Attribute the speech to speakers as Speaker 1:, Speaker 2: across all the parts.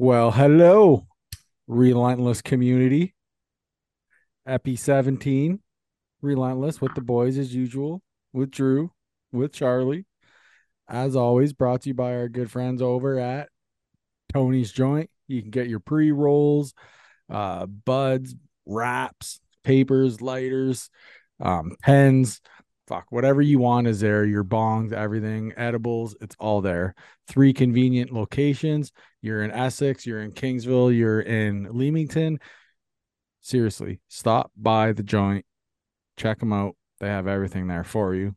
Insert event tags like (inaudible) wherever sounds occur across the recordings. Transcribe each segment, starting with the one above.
Speaker 1: Well, hello, Relentless community. Epi 17, Relentless with the boys as usual, with Drew, with Charlie. As always, brought to you by our good friends over at Tony's Joint. You can get your pre rolls, uh, buds, wraps, papers, lighters, um, pens. Fuck, whatever you want is there. Your bongs, everything, edibles, it's all there. Three convenient locations you're in Essex, you're in Kingsville, you're in Leamington. Seriously, stop by the joint, check them out. They have everything there for you.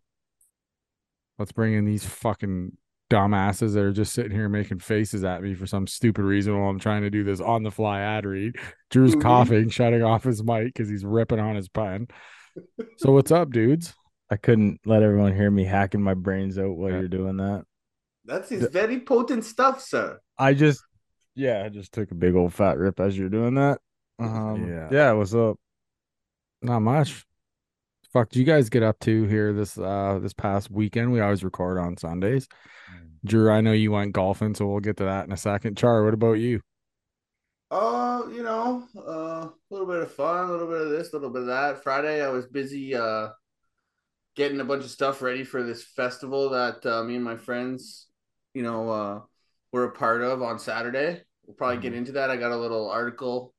Speaker 1: Let's bring in these fucking dumbasses that are just sitting here making faces at me for some stupid reason while I'm trying to do this on the fly ad read. Drew's
Speaker 2: Mhm.
Speaker 1: coughing, shutting off his mic because he's ripping on his pen. So, what's up, dudes?
Speaker 3: I couldn't let everyone hear me hacking my brains out while
Speaker 1: Yeah.
Speaker 3: you're doing that.
Speaker 2: That is
Speaker 3: The-
Speaker 2: very potent stuff, sir.
Speaker 3: I just, yeah, I just took a big old fat rip as you're doing that. Um,
Speaker 1: Yeah.
Speaker 3: yeah. what's up?
Speaker 1: Not much. Fuck, do you guys get up to here this uh this past weekend? We always record on Sundays. Drew, I know you went golfing, so we'll get to that in a second. Char, what about you?
Speaker 2: Uh, you know, a little bit of fun, a little bit of this, a little bit of that. Friday, I was busy uh, getting a bunch of stuff ready for this festival that uh, me and my friends, you know, uh, were a part of on Saturday. We'll probably
Speaker 1: Mm-hmm.
Speaker 2: get into that. I got a little article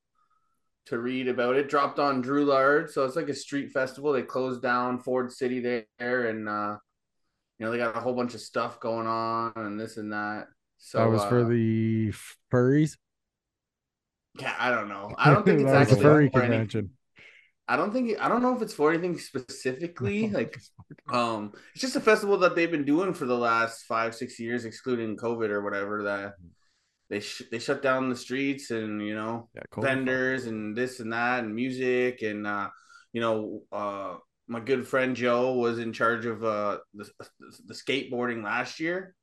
Speaker 2: to read about it. Dropped on Drew Lard, so it's like a street festival. They closed down Ford City there, and uh, you know they got a whole bunch of stuff going on and this and that. So
Speaker 1: that was for
Speaker 2: uh,
Speaker 1: the furries.
Speaker 2: Yeah, I don't know. I
Speaker 1: (laughs)
Speaker 2: don't think it's
Speaker 1: That was a
Speaker 2: actually
Speaker 1: furry
Speaker 2: for any-
Speaker 1: convention.
Speaker 2: I don't think I don't know if it's for
Speaker 1: (laughs)
Speaker 2: anything specifically. Like, um, it's just a festival that they've been doing for the last five, six years, excluding COVID or whatever. That they sh- they shut down the streets and you know
Speaker 1: yeah, cool.
Speaker 2: vendors and this and that and music and uh, you know uh, my good friend Joe was in charge of uh, the, the skateboarding last year.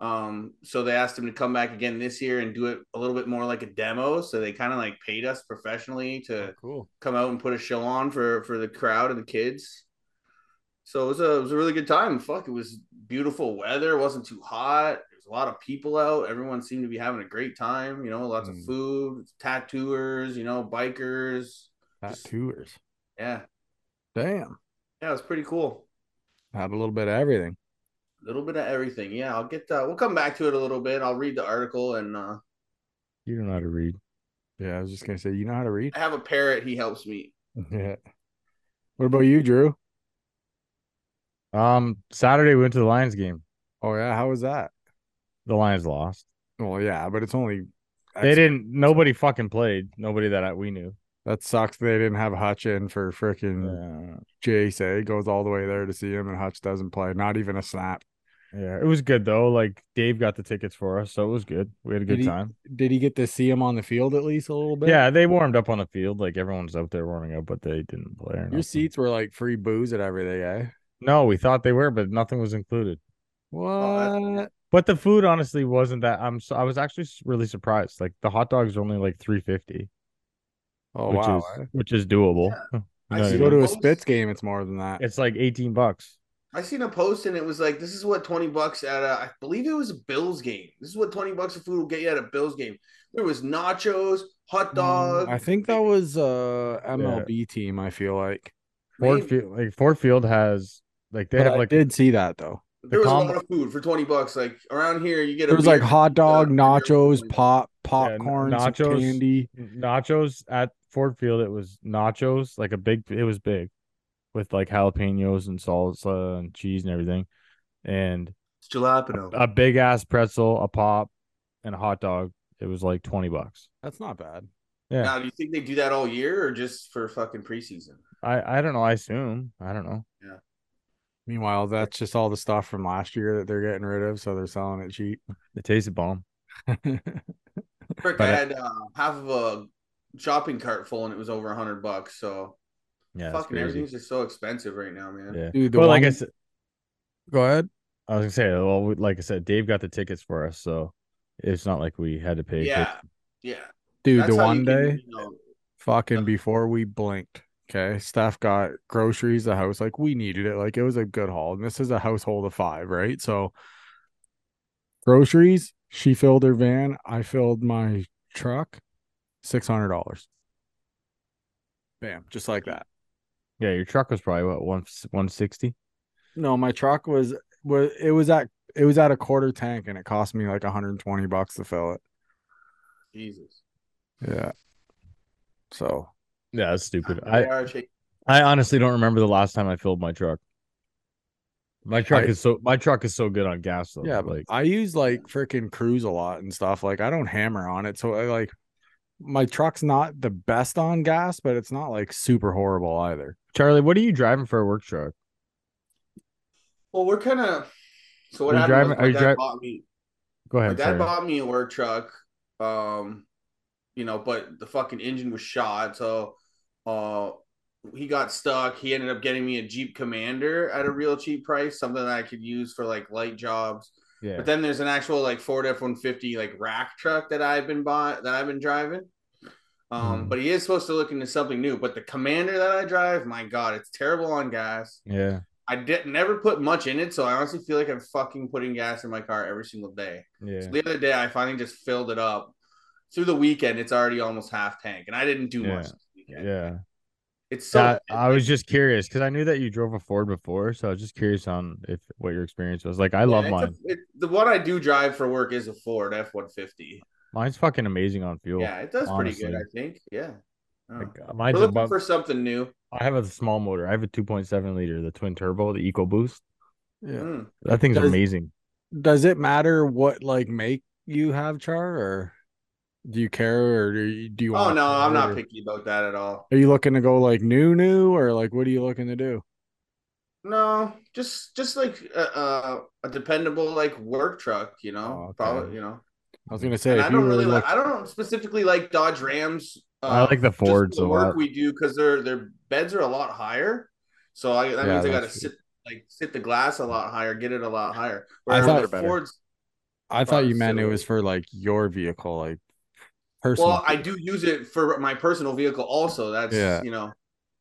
Speaker 2: Um, so they asked him to come back again this year and do it a little bit more like a demo. So they kind of like paid us professionally to
Speaker 1: cool.
Speaker 2: come out and put a show on for for the crowd and the kids. So it was a it was a really good time. Fuck, it was beautiful weather. It wasn't too hot. There was a lot of people out. Everyone seemed to be having a great time. You know, lots
Speaker 1: Mm.
Speaker 2: of food, tattooers. You know, bikers. Just-
Speaker 1: Tattooers.
Speaker 2: Yeah,
Speaker 1: Damn.
Speaker 2: yeah, it was pretty cool.
Speaker 1: Had a little bit of everything.
Speaker 2: A little bit of everything. Yeah, I'll get that. We'll come back to it a little bit. I'll read the article and uh,
Speaker 3: You don't know how to read.
Speaker 1: Yeah, I was just gonna say, you know how to read?
Speaker 2: I have a parrot. He helps me.
Speaker 1: Yeah. What about you, Drew?
Speaker 3: Um, Saturday we went to the Lions game.
Speaker 1: Oh yeah, how was that?
Speaker 3: The Lions lost.
Speaker 1: Well, yeah, but it's only
Speaker 3: They didn't. Nobody fucking played. Nobody that I, we knew.
Speaker 1: that sucks they didn't have Hutch in for freaking
Speaker 3: Uh,
Speaker 1: Jace. eh? goes all the way there to see him and Hutch doesn't play. Not even a snap.
Speaker 3: yeah, it was good though. Like Dave got the tickets for us, so it was good. We had a
Speaker 1: Did
Speaker 3: good
Speaker 1: he-
Speaker 3: time.
Speaker 1: Did he get to see him on the field at least a little bit?
Speaker 3: Yeah, they warmed up on the field. Like everyone's out there warming up, but they didn't play. Or
Speaker 1: Your
Speaker 3: nothing.
Speaker 1: seats were like free booze and everything, eh?
Speaker 3: No, we thought they were, but nothing was included.
Speaker 1: What?
Speaker 2: that's-
Speaker 3: But the food honestly wasn't that. I'm so, I was actually s- really surprised. Like the hot dogs are only like three fifty,
Speaker 1: oh
Speaker 3: which
Speaker 1: wow.
Speaker 3: is
Speaker 1: eh?
Speaker 3: which is doable. You
Speaker 2: I
Speaker 3: know what
Speaker 2: see
Speaker 3: I
Speaker 1: You go
Speaker 3: mean?
Speaker 2: what
Speaker 1: to a
Speaker 2: Most-
Speaker 1: Spitz game, it's more than that.
Speaker 3: It's like eighteen bucks.
Speaker 2: I seen a post and it was like, this is what 20 bucks at a, I believe it was a Bills game. This is what 20 bucks of food will get you at a Bills game. There was nachos, hot dog.
Speaker 1: Mm, I think that was uh MLB team. I feel like
Speaker 3: Ford
Speaker 2: maybe.
Speaker 3: Field, like Ford Field has like they
Speaker 1: But
Speaker 3: have
Speaker 1: I
Speaker 3: like
Speaker 1: did see that though.
Speaker 2: There was
Speaker 3: combo-
Speaker 2: a lot of food for 20 bucks. Like around here, you get a
Speaker 1: There was like
Speaker 2: beer.
Speaker 1: hot dog,
Speaker 2: Yeah.
Speaker 1: nachos, pop, popcorn, some
Speaker 3: nachos.
Speaker 1: candy.
Speaker 3: Mm-hmm. nachos at Ford Field. It was nachos, like a big. It was big, with like jalapenos and salsa and cheese and everything, and
Speaker 2: It's jalapeno.
Speaker 3: a big ass pretzel, a pop, and a hot dog. It was like twenty bucks.
Speaker 1: That's not bad.
Speaker 3: yeah.
Speaker 2: Now, do you think they do that all year or just for fucking preseason?
Speaker 3: I I don't know. I assume I don't know.
Speaker 1: Meanwhile, that's just all the stuff from last year that they're getting rid of, so they're selling it cheap.
Speaker 3: It tasted bomb.
Speaker 2: Frick,
Speaker 3: But
Speaker 2: I
Speaker 3: I-
Speaker 2: had uh, half of a shopping cart full and it was over 100 bucks. So
Speaker 3: Yeah, that's
Speaker 2: fucking
Speaker 3: crazy.
Speaker 2: everything's just so expensive right now, man.
Speaker 3: Yeah.
Speaker 1: Dude, the
Speaker 3: well, um, like I
Speaker 1: one-
Speaker 3: said,
Speaker 1: Go ahead.
Speaker 3: I was gonna say, well, we- like I said, Dave got the tickets for us, so it's not like we had to pay.
Speaker 2: Yeah. Yeah.
Speaker 1: Dude,
Speaker 2: That's
Speaker 1: the
Speaker 2: how you
Speaker 1: one
Speaker 2: can,
Speaker 1: day,
Speaker 2: you know,
Speaker 1: fucking before we blinked, okay, Steph got groceries, the house, like we needed it. Like it was a good haul. And this is a household of five, right? So groceries, she filled her van. I filled my truck, six hundred dollars. Bam, just like that.
Speaker 3: Yeah, your truck was probably what one one sixty.
Speaker 1: No, my truck was was it was at it was at a quarter tank and it cost me like 120 bucks to fill it.
Speaker 2: Jesus.
Speaker 1: Yeah. So
Speaker 3: Yeah, that's stupid.
Speaker 2: They
Speaker 3: I
Speaker 2: are cha-
Speaker 3: I honestly don't remember the last time I filled my truck. My truck
Speaker 1: I-
Speaker 3: is so my truck is so good on gas though.
Speaker 1: yeah, but
Speaker 3: like
Speaker 1: I use like freaking cruise a lot and stuff. Like I don't hammer on it. So I like my truck's not the best on gas, but it's not like super horrible either.
Speaker 3: Charlie, what are you driving for a work truck?
Speaker 2: well, we're kind of. So what
Speaker 3: Are you
Speaker 2: happened?
Speaker 3: driving-
Speaker 2: was
Speaker 3: are
Speaker 2: my
Speaker 3: you
Speaker 2: dad
Speaker 3: dri-
Speaker 2: bought me.
Speaker 3: Go
Speaker 2: My
Speaker 3: ahead.
Speaker 2: dad
Speaker 3: Sorry.
Speaker 2: bought me a work truck. Um, you know, but the fucking engine was shot, so uh, he got stuck. He ended up getting me a Jeep Commander at a real cheap price, something that I could use for like light jobs.
Speaker 3: yeah.
Speaker 2: But then there's an actual like Ford F one fifty like rack truck that I've been bought that I've been driving. Um,
Speaker 3: Mhm.
Speaker 2: but he is supposed to look into something new. But the Commander that I drive, my God, it's terrible on gas.
Speaker 3: Yeah.
Speaker 2: I did never put much in it, so I honestly feel like I'm fucking putting gas in my car every single day.
Speaker 3: Yeah.
Speaker 2: So the other day, I finally just filled it up. Through the weekend, it's already almost half tank, and I didn't do
Speaker 3: Yeah.
Speaker 2: much. This weekend.
Speaker 3: Yeah.
Speaker 2: It's so
Speaker 3: That, I was just curious because I knew that you drove a Ford before, so I was just curious on if what your experience was. Like I love
Speaker 2: it's a-
Speaker 3: mine.
Speaker 2: it- the one I do drive for work is a Ford F one fifty.
Speaker 3: Mine's fucking amazing on fuel.
Speaker 2: Yeah, it does pretty good,
Speaker 3: honestly.
Speaker 2: I think. Yeah. Oh.
Speaker 3: Like, uh,
Speaker 2: We're
Speaker 3: mine's
Speaker 2: looking
Speaker 3: above.
Speaker 2: for something new.
Speaker 3: I have a small motor. I have a 2.7 liter, the twin turbo, the EcoBoost.
Speaker 1: Yeah.
Speaker 2: Mm.
Speaker 3: That thing's
Speaker 1: Does-
Speaker 3: amazing.
Speaker 1: Does it matter what like make you have char or do you care or do you, do you
Speaker 2: Oh
Speaker 1: want
Speaker 2: no, I'm not
Speaker 1: or-
Speaker 2: picky about that at all.
Speaker 1: Are you looking to go like new new or like what are you looking to do?
Speaker 2: No, just just like a, a, a dependable like work truck, you know.
Speaker 1: Oh, okay.
Speaker 2: Probably, you know.
Speaker 1: I was gonna say
Speaker 2: and
Speaker 1: if
Speaker 2: I
Speaker 1: you
Speaker 2: don't
Speaker 1: were
Speaker 2: really
Speaker 1: look-
Speaker 2: like. I don't specifically like Dodge Rams. uh,
Speaker 3: I like the
Speaker 2: just for
Speaker 3: Fords
Speaker 2: the
Speaker 3: a
Speaker 2: work
Speaker 3: lot.
Speaker 2: we do because their their beds are a lot higher, so I that
Speaker 1: Yeah,
Speaker 2: means I got to
Speaker 1: that's
Speaker 2: sit like sit the glass a lot higher, get it a lot higher.
Speaker 1: I
Speaker 2: Whereas
Speaker 1: thought-
Speaker 2: the
Speaker 1: better.
Speaker 2: Fords,
Speaker 1: I thought you meant it
Speaker 2: so-
Speaker 1: was for like your vehicle, like personal.
Speaker 2: well, I do use it for my personal vehicle also. That's
Speaker 1: Yeah.
Speaker 2: you know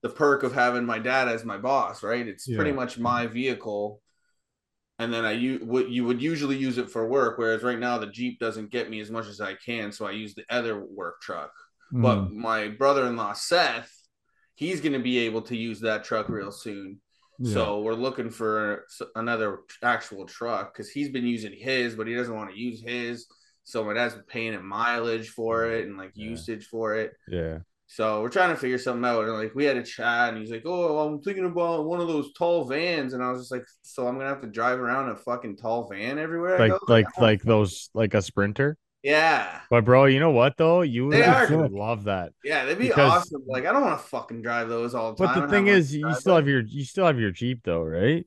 Speaker 2: the perk of having my dad as my boss, right? It's pretty
Speaker 1: Yeah.
Speaker 2: much my vehicle. And then I u- would you would usually use it for work, whereas right now the Jeep doesn't get me as much as I can, so I use the other work truck.
Speaker 1: Mm-hmm.
Speaker 2: But
Speaker 3: Hmm.
Speaker 2: my brother-in-law Seth, he's going to be able to use that truck real soon.
Speaker 1: Yeah.
Speaker 2: So we're looking for s- another tr- actual truck because he's been using his, but he doesn't want to use his. So my dad's been paying him mileage for it and like
Speaker 3: Yeah.
Speaker 2: usage for it.
Speaker 3: Yeah.
Speaker 2: So we're trying to figure something out. And like we had a chat, and he's like, "Oh, I'm thinking about one of those tall vans," and I was just like, "So I'm gonna have to drive around in a fucking tall van everywhere?" I
Speaker 3: Like
Speaker 2: go?
Speaker 3: like
Speaker 2: I don't-
Speaker 3: like those like a sprinter.
Speaker 2: yeah,
Speaker 3: But bro, you know what though? You would
Speaker 2: They are
Speaker 3: actually
Speaker 1: good.
Speaker 3: love that.
Speaker 2: yeah, that'd be
Speaker 3: Because-
Speaker 2: awesome. Like I don't want to fucking drive those all the time.
Speaker 3: But the
Speaker 2: and
Speaker 3: thing
Speaker 2: have
Speaker 3: is,
Speaker 2: to
Speaker 3: you
Speaker 2: drive
Speaker 3: still
Speaker 2: them.
Speaker 3: have your you still have your Jeep though, right?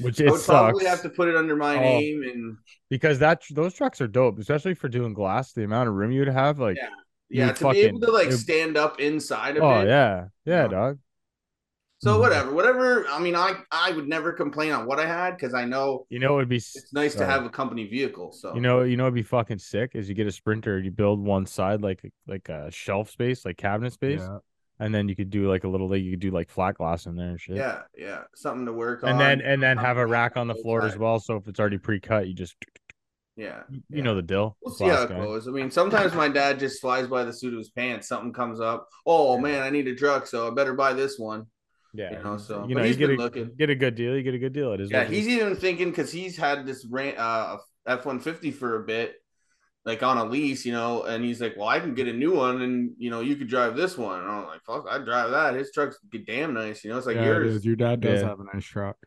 Speaker 3: Which it
Speaker 2: I would
Speaker 3: sucks
Speaker 2: probably have to put it under my
Speaker 3: Oh.
Speaker 2: name and
Speaker 3: because that tr- those trucks are dope, especially for doing glass. The amount of room you'd have, like,
Speaker 2: Yeah.
Speaker 3: You
Speaker 2: yeah,
Speaker 3: would
Speaker 2: to be able
Speaker 3: fucking-
Speaker 2: to like
Speaker 3: it-
Speaker 2: stand up inside of
Speaker 3: oh
Speaker 2: it.
Speaker 3: yeah, Mm-hmm. yeah,
Speaker 2: Yeah.
Speaker 3: dog.
Speaker 2: So whatever, whatever. I mean, I I would never complain on what I had because I know
Speaker 3: You know it would be. s-
Speaker 2: it's nice to
Speaker 3: Sorry.
Speaker 2: have a company vehicle. So
Speaker 3: You know, you know, it'd be fucking sick. Is you get a sprinter, you build one side like like a shelf space, like cabinet space,
Speaker 1: Yeah.
Speaker 3: and then you could do like a little, you could do like flat glass in there and shit.
Speaker 2: yeah, yeah, something to work on.
Speaker 3: and then and then have a
Speaker 2: something
Speaker 3: rack
Speaker 2: to
Speaker 3: on the
Speaker 2: go
Speaker 3: floor as
Speaker 2: outside.
Speaker 3: well. So if it's already pre-cut, you just
Speaker 2: Yeah,
Speaker 3: you
Speaker 2: yeah.
Speaker 3: know the deal.
Speaker 2: We'll see
Speaker 3: glass
Speaker 2: how it
Speaker 3: guy.
Speaker 2: goes. I mean, sometimes my dad just flies by the suit of his pants. Something comes up. Oh man, I need a truck, so I better buy this one.
Speaker 3: Yeah,
Speaker 2: You know, so
Speaker 3: you
Speaker 2: but
Speaker 3: know, you
Speaker 2: he's
Speaker 3: get a
Speaker 2: been looking.
Speaker 3: get a good deal. You get a good deal. It is.
Speaker 2: Yeah,
Speaker 3: what it is.
Speaker 2: he's even thinking because he's had this rant, uh F one fifty for a bit, like on a lease, you know, and he's like, "Well, I can get a new one, and you know, you could drive this one." And I'm like, "Fuck, I'd drive that. His truck's g- damn nice, you know. It's like
Speaker 1: Yeah, it
Speaker 2: yours."
Speaker 1: is. Your dad does
Speaker 3: Yeah.
Speaker 1: have a nice truck.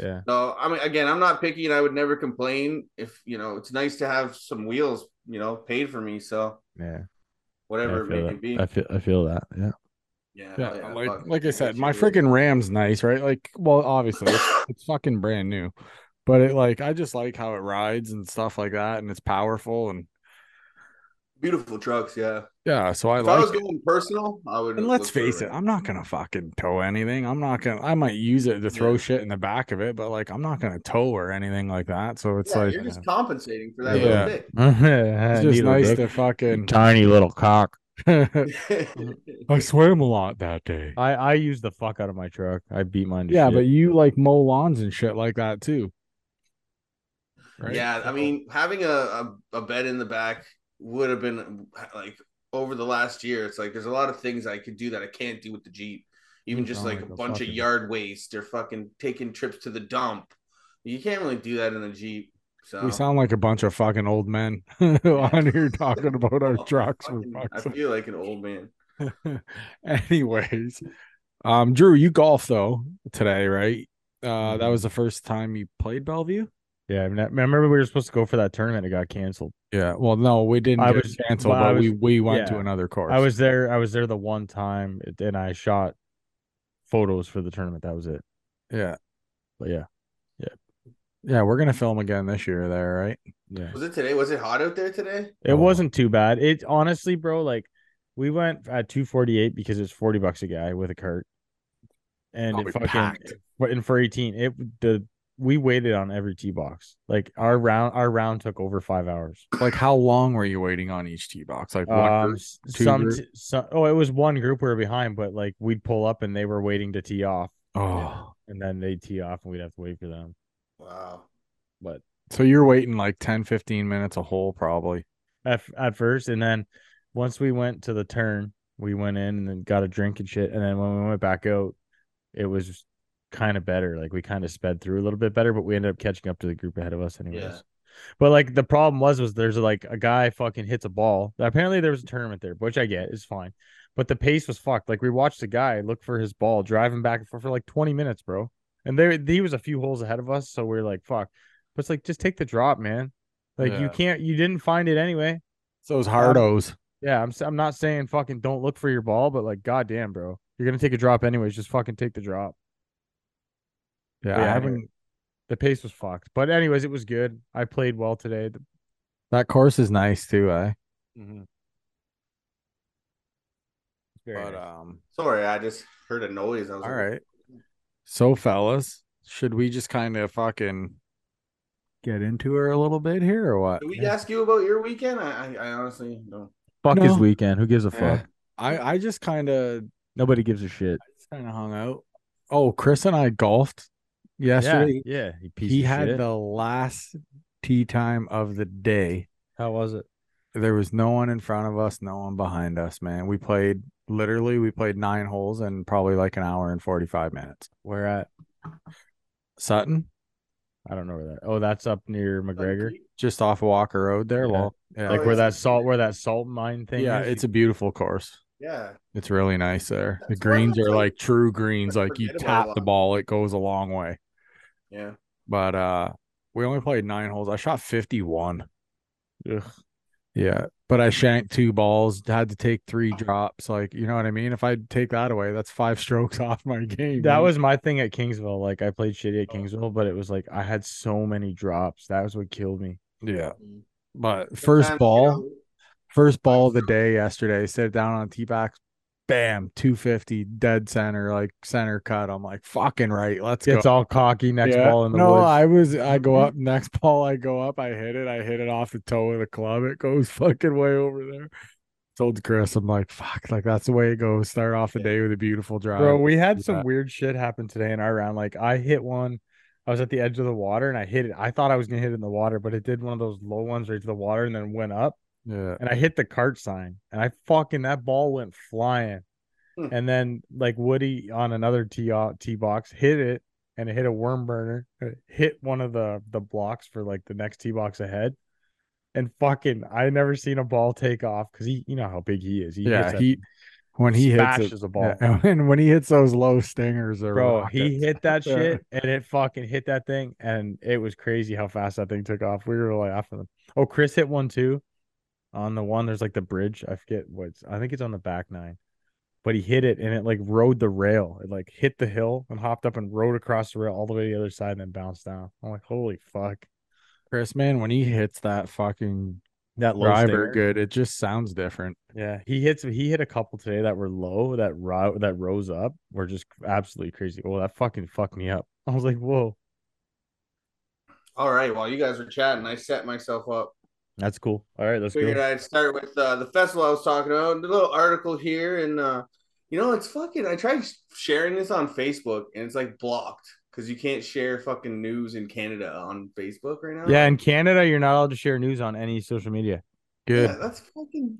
Speaker 3: Yeah,
Speaker 2: So I mean, again, I'm not picky, and I would never complain if you know it's nice to have some wheels, you know, paid for me. So
Speaker 3: yeah.
Speaker 2: whatever
Speaker 3: I feel
Speaker 2: it may
Speaker 3: that.
Speaker 2: be,
Speaker 3: I feel. I feel that. Yeah. (laughs)
Speaker 2: yeah,
Speaker 1: Yeah, like
Speaker 2: fuck.
Speaker 1: like I said, my
Speaker 2: Shit, really.
Speaker 1: freaking Ram's nice, right? Like, well, obviously
Speaker 2: (laughs)
Speaker 1: it's, it's fucking brand new, but it like I just like how it rides and stuff like that, and it's powerful and
Speaker 2: beautiful trucks. Yeah,
Speaker 1: yeah. So I
Speaker 2: if I was
Speaker 1: like. it.
Speaker 2: going personal, I would.
Speaker 1: And let's
Speaker 2: look for
Speaker 1: face
Speaker 2: a-
Speaker 1: it, I'm not gonna fucking tow anything. I'm not gonna. I might use it to throw
Speaker 2: Yeah.
Speaker 1: shit in the back of it, but like I'm not gonna tow or anything like that. So it's
Speaker 2: yeah,
Speaker 1: like
Speaker 2: you're just compensating for that
Speaker 1: Yeah.
Speaker 2: little dick.
Speaker 1: it's
Speaker 3: it's
Speaker 1: just nice to fucking.
Speaker 3: tiny little cock.
Speaker 1: (laughs) I swam a lot that day.
Speaker 3: I I use the fuck out of my truck. I beat mine. To
Speaker 1: Yeah,
Speaker 3: shit.
Speaker 1: but you like mow lawns and shit like that too.
Speaker 2: Yeah, I mean, having a, a, a bed in the back would have been like over the last year. It's like there's a lot of things I could do that I can't do with the Jeep. Even just
Speaker 1: Oh,
Speaker 2: like
Speaker 1: like
Speaker 2: a
Speaker 1: a
Speaker 2: bunch
Speaker 1: fucking-
Speaker 2: of yard waste or fucking taking trips to the dump. You can't really do that in a Jeep. So
Speaker 1: We sound like a bunch of fucking old men (laughs) on here talking about our
Speaker 2: (laughs) Oh,
Speaker 1: trucks. For
Speaker 2: fucking- I
Speaker 1: fuck's sake.
Speaker 2: feel like an old man.
Speaker 1: (laughs) Anyways, um, Drew, you golf though today, right? Uh, that
Speaker 2: Mm-hmm.
Speaker 3: Mhm.
Speaker 1: was the first time you played Bellevue.
Speaker 3: Yeah, I mean, I remember we were supposed to go for that tournament. It got canceled.
Speaker 1: Yeah. Well, no, we didn't.
Speaker 3: I
Speaker 1: get
Speaker 3: was-
Speaker 1: canceled,
Speaker 3: well, I
Speaker 1: but we
Speaker 3: was-
Speaker 1: we went to
Speaker 3: yeah.
Speaker 1: another course.
Speaker 3: I was there. I was there the one time, it- and I shot photos for the tournament. That was it.
Speaker 1: Yeah.
Speaker 3: But yeah,
Speaker 1: Yeah, we're gonna film again this year there, right?
Speaker 3: yeah.
Speaker 2: Was it today? Was it hot out there today?
Speaker 3: It
Speaker 1: Oh.
Speaker 3: wasn't too bad. It honestly, bro, like we went at 248 because it's 40 bucks a guy with a cart. And
Speaker 1: Oh, we
Speaker 3: it fucking
Speaker 1: packed.
Speaker 3: but and for 18, it the we waited on every tee box. Like our round our round took over 5 hours.
Speaker 1: Like how long were you waiting on each tee box? Like one
Speaker 3: Um
Speaker 1: group?
Speaker 3: s-
Speaker 1: Two
Speaker 3: some
Speaker 1: group?
Speaker 3: t- some oh, it was one group we were behind, but like we'd pull up and they were waiting to tee off
Speaker 1: Oh.
Speaker 3: and then they tee off and we'd have to wait for them.
Speaker 2: Wow.
Speaker 3: But
Speaker 1: So you're waiting like 10, 15 minutes a hole, probably.
Speaker 3: at, at first and then once we went to the turn we went in and then got a drink and shit and then when we went back out it was kind of better like we kind of sped through a little bit better but we ended up catching up to the group ahead of us anyways
Speaker 2: Yeah.
Speaker 3: but like the problem was was there's like a guy fucking hits a ball apparently there was a tournament there which i get is fine but the pace was fucked like we watched a guy look for his ball driving back and forth for like 20 minutes bro and there he was a few holes ahead of us so we are like fuck but it's like just take the drop man like
Speaker 1: Yeah.
Speaker 3: you can't you didn't find it anyway
Speaker 1: So those hardos.
Speaker 3: yeah, I'm s- I'm not saying fucking don't look for your ball, but like goddamn, bro, you're gonna take a drop anyways. Just fucking take the drop.
Speaker 1: Yeah, I
Speaker 3: yeah, I
Speaker 1: haven't.
Speaker 3: The pace was fucked, but anyways, it was good. I played well today. The-
Speaker 1: That course is nice too, eh?
Speaker 3: Very
Speaker 1: but
Speaker 3: nice.
Speaker 1: um,
Speaker 2: Sorry, I just heard a noise. I was
Speaker 1: all
Speaker 2: like,
Speaker 1: right. So, fellas, should we just kind of fucking get into her a little bit here, or what?
Speaker 2: Did we ask you about your weekend? I, I, I honestly don't.
Speaker 3: fuck
Speaker 1: no. Eh.
Speaker 3: his weekend. Who gives a
Speaker 1: Yeah.
Speaker 3: fuck?
Speaker 1: I I just kind of
Speaker 3: Nobody gives a shit.
Speaker 1: kind of hung out. Oh, Chris and I golfed yesterday.
Speaker 3: yeah, yeah. He, piece
Speaker 1: he
Speaker 3: of
Speaker 1: had
Speaker 3: shit.
Speaker 1: the last tea time of the day.
Speaker 3: How was it?
Speaker 1: there was no one in front of us, no one behind us, man. We played literally we played nine holes in probably like an hour and 45 minutes.
Speaker 3: Where at?
Speaker 1: Sutton,
Speaker 3: I don't know where that. Oh, that's up near McGregor.
Speaker 1: just off Walker Road there.
Speaker 3: Yeah.
Speaker 1: Well, yeah,
Speaker 3: Like
Speaker 2: Oh,
Speaker 3: where
Speaker 2: yeah.
Speaker 3: that salt, where that salt mine thing.
Speaker 1: yeah,
Speaker 3: is?
Speaker 1: it's a beautiful course.
Speaker 2: Yeah.
Speaker 1: It's really nice there. The
Speaker 2: That's why
Speaker 1: greens
Speaker 2: it's
Speaker 1: are
Speaker 2: like-
Speaker 1: like true greens,
Speaker 2: like
Speaker 1: like you
Speaker 2: forgettable a
Speaker 1: tap the
Speaker 2: lot.
Speaker 1: ball, it goes a long way.
Speaker 2: Yeah.
Speaker 1: But uh we only played nine holes. I shot 51.
Speaker 3: Ugh.
Speaker 1: Yeah. But I shanked two balls, had to take three drops. Like, you know what I mean? If I take that away, that's five (laughs) strokes off my game.
Speaker 3: That
Speaker 1: man.
Speaker 3: was my thing at Kingsville. Like I played shitty
Speaker 1: Oh.
Speaker 3: at Kingsville, but it was like I had so many drops. That was what killed me.
Speaker 1: yeah.
Speaker 2: Mm.
Speaker 1: But first
Speaker 2: Sometimes,
Speaker 1: ball,
Speaker 2: you know,
Speaker 1: first ball of the day yesterday, sit down on a tee box, bam, 250, dead center, like center cut. I'm like, fucking right. Let's
Speaker 3: Gets
Speaker 1: go.
Speaker 3: all cocky next
Speaker 1: Yeah.
Speaker 3: ball in the
Speaker 1: no,
Speaker 3: woods.
Speaker 1: I was, I
Speaker 3: Mm-hmm.
Speaker 1: go up, next ball, I go up, I hit it, I hit it off the toe of the club. It goes (laughs) fucking way over there. Told Chris, I'm like, fuck, like that's the way it goes. Start off the day with a beautiful drive.
Speaker 3: Bro, we had some
Speaker 1: Yeah.
Speaker 3: weird shit happen today in our round. Like I hit one, I was at the edge of the water and I hit it. I thought I was gonna hit it in the water, but it did one of those low ones right to the water and then went up.
Speaker 1: yeah.
Speaker 3: and I hit the cart sign and I fucking that ball went flying.
Speaker 2: Hmm.
Speaker 3: And then like Woody on another tee o- tee box hit it and it hit a worm burner, uh, hit one of the the blocks for like the next tee box ahead. And fucking I never seen a ball take off because he you know how big he is. He hits
Speaker 1: Yeah.
Speaker 3: that-
Speaker 1: He, when he hits it,
Speaker 3: smashes a ball.
Speaker 1: yeah, (laughs) and when he hits those low stingers, or
Speaker 3: Bro, he hit that
Speaker 1: (laughs) Yeah.
Speaker 3: shit and it fucking hit that thing and it was crazy how fast that thing took off. We were laughing. Oh, Chris hit one too. On the one, there's like the bridge. I forget what's. I think it's on the back nine, but he hit it and it like rode the rail. It like hit the hill and hopped up and rode across the rail all the way to the other side and then bounced down. I'm like, holy fuck,
Speaker 1: Chris, man, when he hits that fucking
Speaker 3: that low
Speaker 1: driver
Speaker 3: stinger.
Speaker 1: good, it just sounds different.
Speaker 3: Yeah, he hits. He hit a couple today that were low that ro- that rose up were just absolutely crazy. Oh, that fucking fucked me up. (laughs) I was like, whoa,
Speaker 2: All right. While you guys were chatting, I set myself up.
Speaker 3: that's cool. All right, let's
Speaker 2: Figured
Speaker 3: go.
Speaker 2: I'd start with uh, the festival I was talking about. A little article here, and uh, you know, it's fucking. I tried sharing this on Facebook, and it's like blocked because you can't share fucking news in Canada on Facebook right now.
Speaker 3: Yeah, in Canada, you're not allowed to share news on any social media. (laughs) Good.
Speaker 2: Yeah, that's fucking.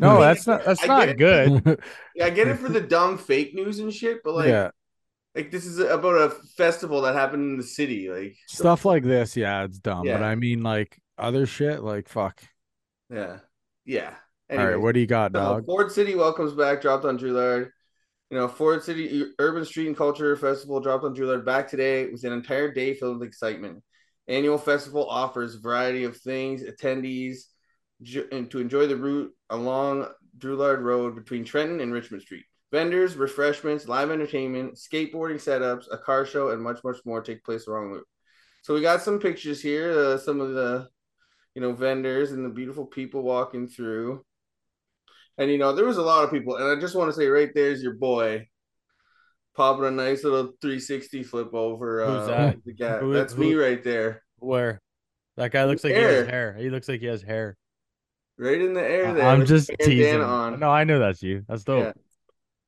Speaker 3: No,
Speaker 2: I
Speaker 3: that's
Speaker 2: get
Speaker 3: not
Speaker 2: it.
Speaker 3: that's
Speaker 2: I
Speaker 3: not
Speaker 2: get it.
Speaker 3: good. (laughs)
Speaker 2: Yeah, I get it for the dumb fake news and shit, but like,
Speaker 1: yeah.
Speaker 2: like this is about a festival that happened in the city. Like,
Speaker 1: Stuff like this, yeah, it's dumb. But
Speaker 2: Yeah.
Speaker 3: (laughs)
Speaker 1: I mean like other shit, like fuck.
Speaker 2: yeah, yeah.
Speaker 1: All
Speaker 2: Anyways.
Speaker 1: right, what do you got,
Speaker 2: So,
Speaker 1: dog?
Speaker 2: Ford City welcomes back, dropped on Drew Laird. You know, Ford City Urban Street and Culture Festival dropped on Drew Laird back today. It was an entire day filled with excitement. Annual festival offers a variety of things, attendees, ju- and to enjoy the route along Drew Laird Road between Trenton and Richmond Street. Vendors, refreshments, live entertainment, skateboarding setups, a car show, and much, much more take place along the route. So we got some pictures here, uh, some of the, you know, vendors and the beautiful people walking through. And you know, there was a lot of people, and I just want to say right there's your boy popping a nice little 360 flip over
Speaker 3: Who's
Speaker 2: uh,
Speaker 3: that?
Speaker 2: the gap.
Speaker 3: Who-
Speaker 2: That's
Speaker 3: who-
Speaker 2: me right there.
Speaker 3: Where that guy looks like he has
Speaker 2: Hair.
Speaker 3: hair. He looks like he has hair.
Speaker 2: Right in the air
Speaker 3: I-
Speaker 2: there.
Speaker 3: I'm
Speaker 2: with the
Speaker 3: just
Speaker 2: bandana
Speaker 3: teasing.
Speaker 2: on.
Speaker 3: No, I know that's you. That's dope.
Speaker 2: Yeah.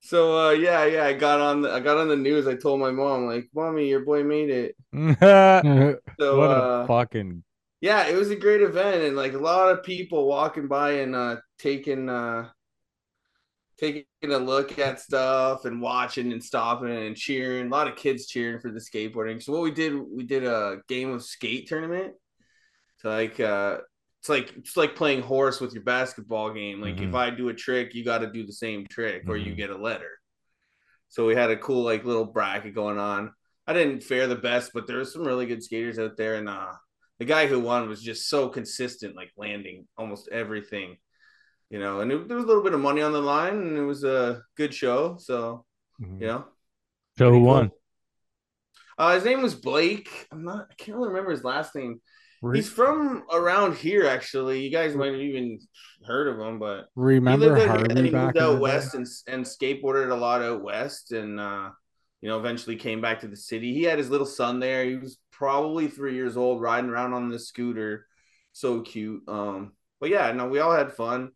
Speaker 2: So uh yeah, yeah, I got on the I got on the news. I told my mom, like, mommy, your boy made it.
Speaker 3: (laughs) what
Speaker 2: So
Speaker 3: a
Speaker 2: uh,
Speaker 3: fucking
Speaker 2: yeah, it was a great event and like a lot of people walking by and uh taking uh taking a look at stuff and watching and stopping and cheering. A lot of kids cheering for the skateboarding. So what we did, we did a game of skate tournament. So like uh it's like it's like playing horse with your basketball game. Like if
Speaker 3: Mhm.
Speaker 2: I do a trick, you got to do the same trick or you
Speaker 3: Mhm.
Speaker 2: get a letter. So we had a cool like little bracket going on. I didn't fare the best, but there was some really good skaters out there and uh the guy who won was just so consistent, like landing almost everything, you know. And it, there was a little bit of money on the line, and it was a good show. So
Speaker 1: (laughs)
Speaker 2: you know,
Speaker 3: show Mm-hmm. who
Speaker 2: pretty
Speaker 3: won.
Speaker 2: cool. Uh, his name was Blake. I'm not. I can't really remember his last name.
Speaker 3: Re-
Speaker 2: He's from around here, actually. You guys might have even heard of him, but
Speaker 1: Remember
Speaker 2: he lived out here, and
Speaker 1: Harvey
Speaker 2: he
Speaker 1: back
Speaker 2: moved
Speaker 1: in the
Speaker 2: out
Speaker 1: day?
Speaker 2: west and, and skateboarded a lot out west, and uh, you know, eventually came back to the city. He had his little son there. He was probably three years old, riding around on this scooter, so cute. Um, but yeah, no, we all had fun.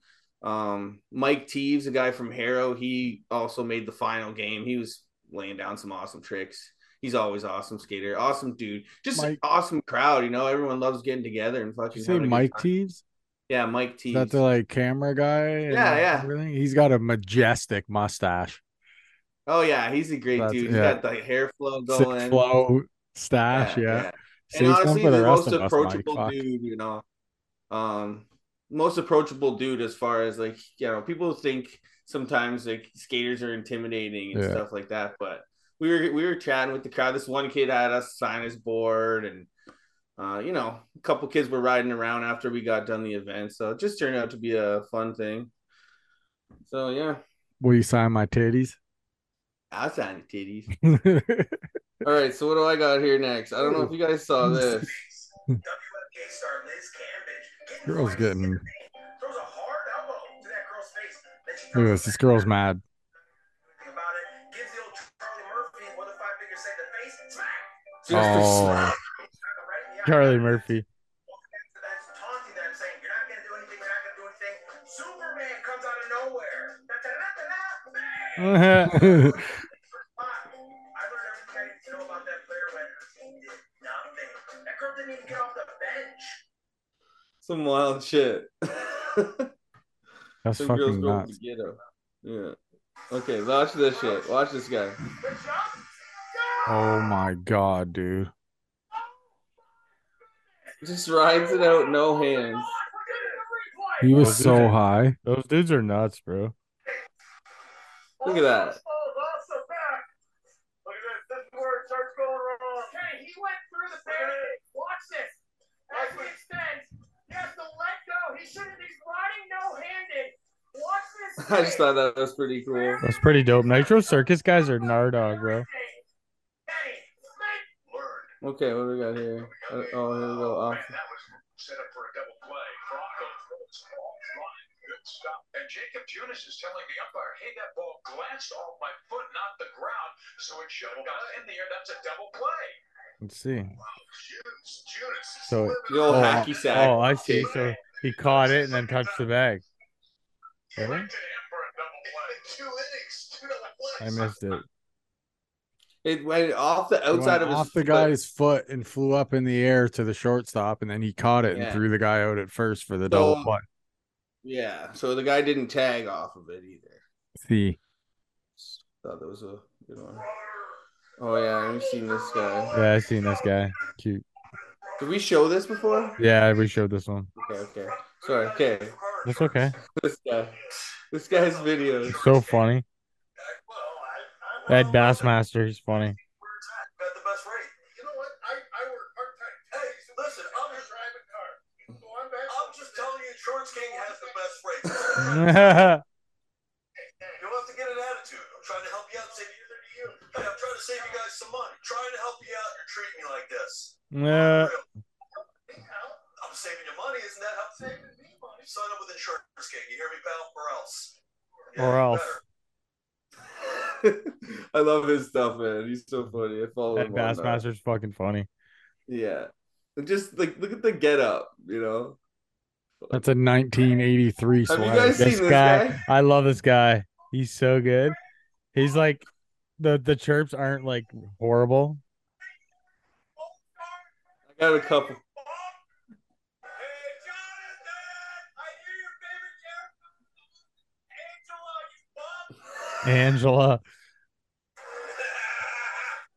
Speaker 2: Um, Mike Teves, a guy from Harrow, he also made the final game. He was laying down some awesome tricks. He's always awesome skater, awesome dude, just an
Speaker 1: Mike-
Speaker 2: awesome crowd. You know, everyone loves getting together and
Speaker 1: Did
Speaker 2: fucking.
Speaker 1: you say
Speaker 2: having a good
Speaker 1: Mike
Speaker 2: time.
Speaker 1: Teves?
Speaker 2: Yeah, Mike Teves.
Speaker 1: Is that the like camera guy? and
Speaker 2: Yeah, yeah.
Speaker 1: everything? He's got a majestic mustache.
Speaker 2: Oh yeah, he's a great
Speaker 1: That's-
Speaker 2: dude. He's
Speaker 1: yeah.
Speaker 2: got the hair flow
Speaker 1: Sick
Speaker 2: going.
Speaker 1: flow stash, yeah.
Speaker 2: And
Speaker 1: Save some
Speaker 2: honestly,
Speaker 1: for
Speaker 2: the,
Speaker 1: the rest
Speaker 2: most
Speaker 1: of us, Mike,
Speaker 2: approachable
Speaker 1: fuck.
Speaker 2: dude, you know. Um most approachable dude as far as like, you know, people think sometimes like skaters are intimidating and
Speaker 1: Yeah.
Speaker 2: stuff like that, but we were we were chatting with the crowd. This one kid had us sign his board and uh, you know, a couple kids were riding around after we got done the event. So it just turned out to be a fun thing. So yeah,
Speaker 1: Will you sign my (laughs) titties?
Speaker 2: I signed the titties. All right, so what do I got here next? I don't know if you guys (laughs) saw this.
Speaker 4: gay star Liz Cambage. Getting
Speaker 1: Girl's
Speaker 4: funny as
Speaker 1: getting-
Speaker 4: anything. Throws a hard elbow to that girl's face. Then she
Speaker 1: Look at
Speaker 4: comes
Speaker 1: this. This girl's
Speaker 2: (laughs)
Speaker 1: mad.
Speaker 4: back about it. Gives the old Charlie Murphy one of the five fingers set in the face. Smack!
Speaker 2: Just a
Speaker 1: Oh.
Speaker 2: smack.
Speaker 4: Right in the eye.
Speaker 3: Charlie
Speaker 1: (laughs)
Speaker 3: Murphy.
Speaker 4: That's taunting them, saying, You're not going to do anything. You're not going to do anything. Superman comes out of nowhere. Da-da-da-da-da. Bang! Fuck. I learned everything I need to know about that player when he did nothing. That girl didn't even get off the bench.
Speaker 2: Some wild shit. (laughs)
Speaker 3: That's
Speaker 2: Some girls
Speaker 3: fucking
Speaker 2: go to
Speaker 3: nuts.
Speaker 2: get him. Yeah. Okay, watch this shit. Watch this guy.
Speaker 4: Good job.
Speaker 1: Oh my god, dude.
Speaker 2: Just rides it out, no hands. (laughs)
Speaker 1: He was
Speaker 3: Okay.
Speaker 1: so high.
Speaker 3: Those dudes are nuts, bro.
Speaker 2: Look at that.
Speaker 4: Look at this. This is where it starts going wrong. Okay, he went through the barricade. Watch this. As he extends, he has to let go. He shouldn't. He's riding no-handed. Watch (laughs) this.
Speaker 2: I just thought that was pretty cool.
Speaker 3: That's pretty dope. Nitro Circus guys are Nardog, bro.
Speaker 2: Okay, what do we got here? Uh, Oh, here we go. Off.
Speaker 4: that was set up for a double play. Bronco throws off line. Good stop. And Jacob Junis is telling the umpire, hey, that ball glanced off my foot, not the ground, so it should have gone in the air. That's a double play.
Speaker 3: Let's see.
Speaker 4: Junis, Junis.
Speaker 3: So-
Speaker 2: The
Speaker 3: Oh,
Speaker 2: old hacky sack.
Speaker 3: Oh, I see. So he caught it and then touched the bag. Really?
Speaker 4: Two innings, two double
Speaker 3: I
Speaker 4: plays.
Speaker 3: missed it.
Speaker 2: It went off the
Speaker 1: He went
Speaker 2: outside of his
Speaker 1: off the
Speaker 2: foot.
Speaker 1: guy's foot and flew up in the air to the shortstop, and then he caught it
Speaker 2: Yeah.
Speaker 1: and threw the guy out at first for the
Speaker 2: So-
Speaker 1: double play.
Speaker 2: Yeah. So the guy didn't tag off of it either.
Speaker 1: See,
Speaker 2: Thought that was a good one. Oh yeah, I've seen this guy.
Speaker 3: Yeah, I seen this guy. Cute.
Speaker 2: Did we show this before?
Speaker 3: Yeah, we showed this one.
Speaker 2: Okay, okay. Sorry, okay.
Speaker 3: That's okay.
Speaker 2: This guy. This guy's videos. (laughs)
Speaker 3: So funny. That Bassmaster, he's funny. (laughs)
Speaker 4: Got the best rate. You know what? I, I work part time. Hey, listen, I'm a driving car. I'm just telling you, Shorts King has the best
Speaker 3: (laughs)
Speaker 4: rate. You'll have to get an attitude. I'm trying to help you out, save you. Hey, I'm trying to save you guys some money. Trying to help you out, you're treating me like this.
Speaker 3: Yeah.
Speaker 4: I'm saving you money, isn't that how saving me money? Sign up with Insurance King. You hear me, pal? Or else.
Speaker 3: Or else.
Speaker 4: better.
Speaker 2: I love his stuff, man. He's so funny. I follow
Speaker 3: that
Speaker 2: him. on, uh,
Speaker 3: Bassmaster's fucking funny.
Speaker 2: Yeah. And Just like look at the get up, you know.
Speaker 1: that's a 1983
Speaker 2: Have you
Speaker 1: swag.
Speaker 2: guys seen
Speaker 3: This
Speaker 2: this
Speaker 3: guy,
Speaker 2: guy?
Speaker 3: I love this guy. He's so good. He's like the the chirps aren't like horrible.
Speaker 2: I got a couple. (laughs)
Speaker 4: Hey, Jonathan! I hear your favorite character, Angela, you bum!
Speaker 3: Angela,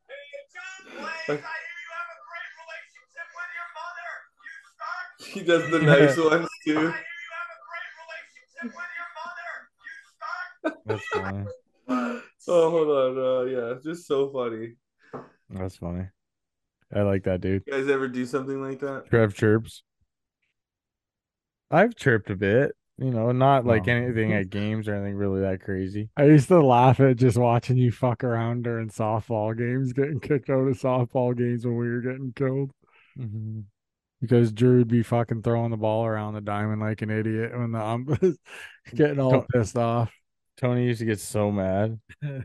Speaker 4: Hey, John Blaze, I hear you have a great relationship with your mother. You start.
Speaker 2: He does the
Speaker 3: (laughs)
Speaker 2: nice ones
Speaker 4: I
Speaker 2: too.
Speaker 4: hear you have a great relationship with your mother. You start.
Speaker 3: that's funny.
Speaker 2: Oh, hold on. Uh, yeah, it's just so funny.
Speaker 3: That's funny. I like that dude.
Speaker 2: You guys ever do something like that?
Speaker 3: Trev chirps. I've chirped a bit, you know, not like
Speaker 1: No.
Speaker 3: anything (laughs) at games or anything really that crazy.
Speaker 1: I used to laugh at just watching you fuck around during softball games, getting kicked out of softball games when we were getting killed.
Speaker 3: Mm-hmm.
Speaker 1: Because Drew would be fucking throwing the ball around the diamond like an idiot when the ump (laughs) was getting all
Speaker 3: Don't-
Speaker 1: pissed off.
Speaker 3: Tony used to get so mad. I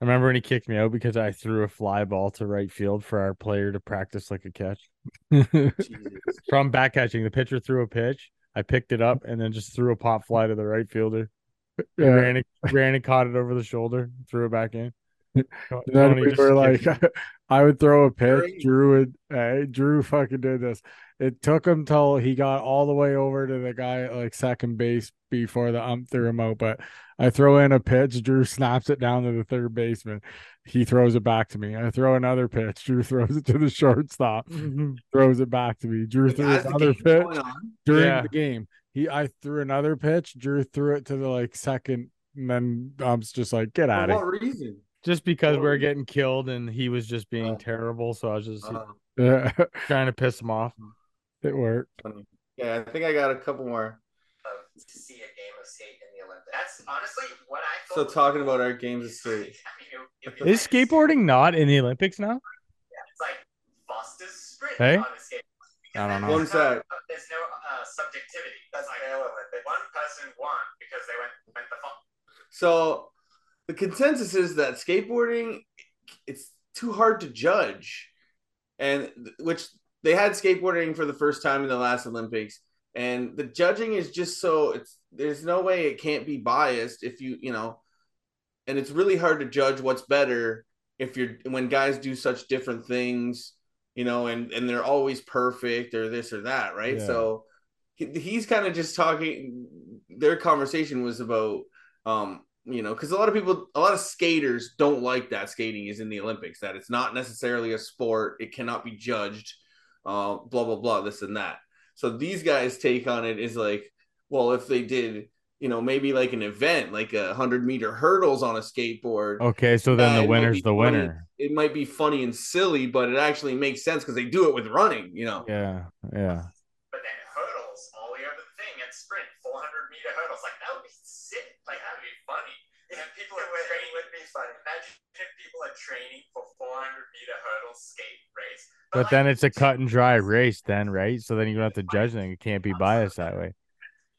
Speaker 3: remember when he kicked me out because I threw a fly ball to right field for our player to practice like a catch.
Speaker 2: Jesus.
Speaker 3: From back catching, the pitcher threw a pitch. I picked it up and then just threw a pop fly to the right fielder.
Speaker 1: Yeah.
Speaker 3: Ran, it, ran and caught it over the shoulder, threw it back
Speaker 2: (laughs)
Speaker 3: in. Tony
Speaker 1: And then we
Speaker 3: just
Speaker 1: were like, (laughs)
Speaker 3: kicked-
Speaker 1: I would throw a pitch.
Speaker 2: Very-
Speaker 1: Drew would, uh, Drew fucking did this. It took him till he got all the way over to the guy at like second base before the ump threw him out. But I throw in a pitch. Drew snaps it down to the third baseman. He throws it back to me. I throw another pitch. Drew (laughs) throws it to the shortstop. throws it back to me. Drew
Speaker 2: Like,
Speaker 1: threw
Speaker 2: as the
Speaker 1: another
Speaker 2: game's
Speaker 1: pitch
Speaker 2: going on,
Speaker 1: during
Speaker 3: Yeah.
Speaker 1: the game. He, I threw another pitch. Drew threw it to the like second, and then ump's just like, get
Speaker 2: For
Speaker 1: out of
Speaker 2: what reason?
Speaker 3: (laughs) just because we
Speaker 2: Oh.
Speaker 3: were getting killed and he was just being
Speaker 2: Uh,
Speaker 3: terrible. So I was just
Speaker 2: Uh,
Speaker 1: here. (laughs)
Speaker 3: trying to piss him off.
Speaker 1: it worked.
Speaker 2: yeah, I think I got a couple more.
Speaker 5: of to see a game of skate in the Olympics. That's honestly what I
Speaker 2: So
Speaker 5: thought.
Speaker 2: talking about our games of skate.
Speaker 5: I mean, it-
Speaker 2: uh,
Speaker 5: it
Speaker 3: Is
Speaker 5: was-
Speaker 3: skateboarding not in the Olympics now?
Speaker 5: It's like fastest sprint
Speaker 3: Hey?
Speaker 5: on a skate.
Speaker 3: I don't know.
Speaker 2: One sec.
Speaker 5: There's no uh, subjectivity. That's like One person won because they went went the fun.
Speaker 2: So the consensus is that skateboarding it's too hard to judge. And th- which they had skateboarding for the first time in the last Olympics and the judging is just so it's there's no way it can't be biased if you, you know, and it's really hard to judge what's better if you're when guys do such different things, you know, and and they're always perfect or this or that, right?
Speaker 3: Yeah.
Speaker 2: So he- he's kind of just talking their conversation was about um you know because a lot of people a lot of skaters don't like that skating is in the olympics that it's not necessarily a sport it cannot be judged uh blah blah blah this and that so these guys take on it is like well if they did you know maybe like an event like a 100 meter hurdles on a skateboard
Speaker 3: Okay, so
Speaker 2: Yeah,
Speaker 3: then
Speaker 2: Uh, it
Speaker 3: the
Speaker 2: might
Speaker 3: winner's
Speaker 2: be
Speaker 3: the
Speaker 2: funny.
Speaker 3: winner.
Speaker 2: it might be funny and silly but it actually makes sense because they do it with running you know
Speaker 3: Yeah, yeah.
Speaker 5: But then hurdles all the way up to the thing at sprint, 400 meter hurdles. Like that would be sick. Like that would be funny. If people are training, would be funny. Imagine if people are training for 400 meter hurdles skate race.
Speaker 3: But then it's a cut and dry race, then right? So then you don't have to judge anything. It can't be biased that way.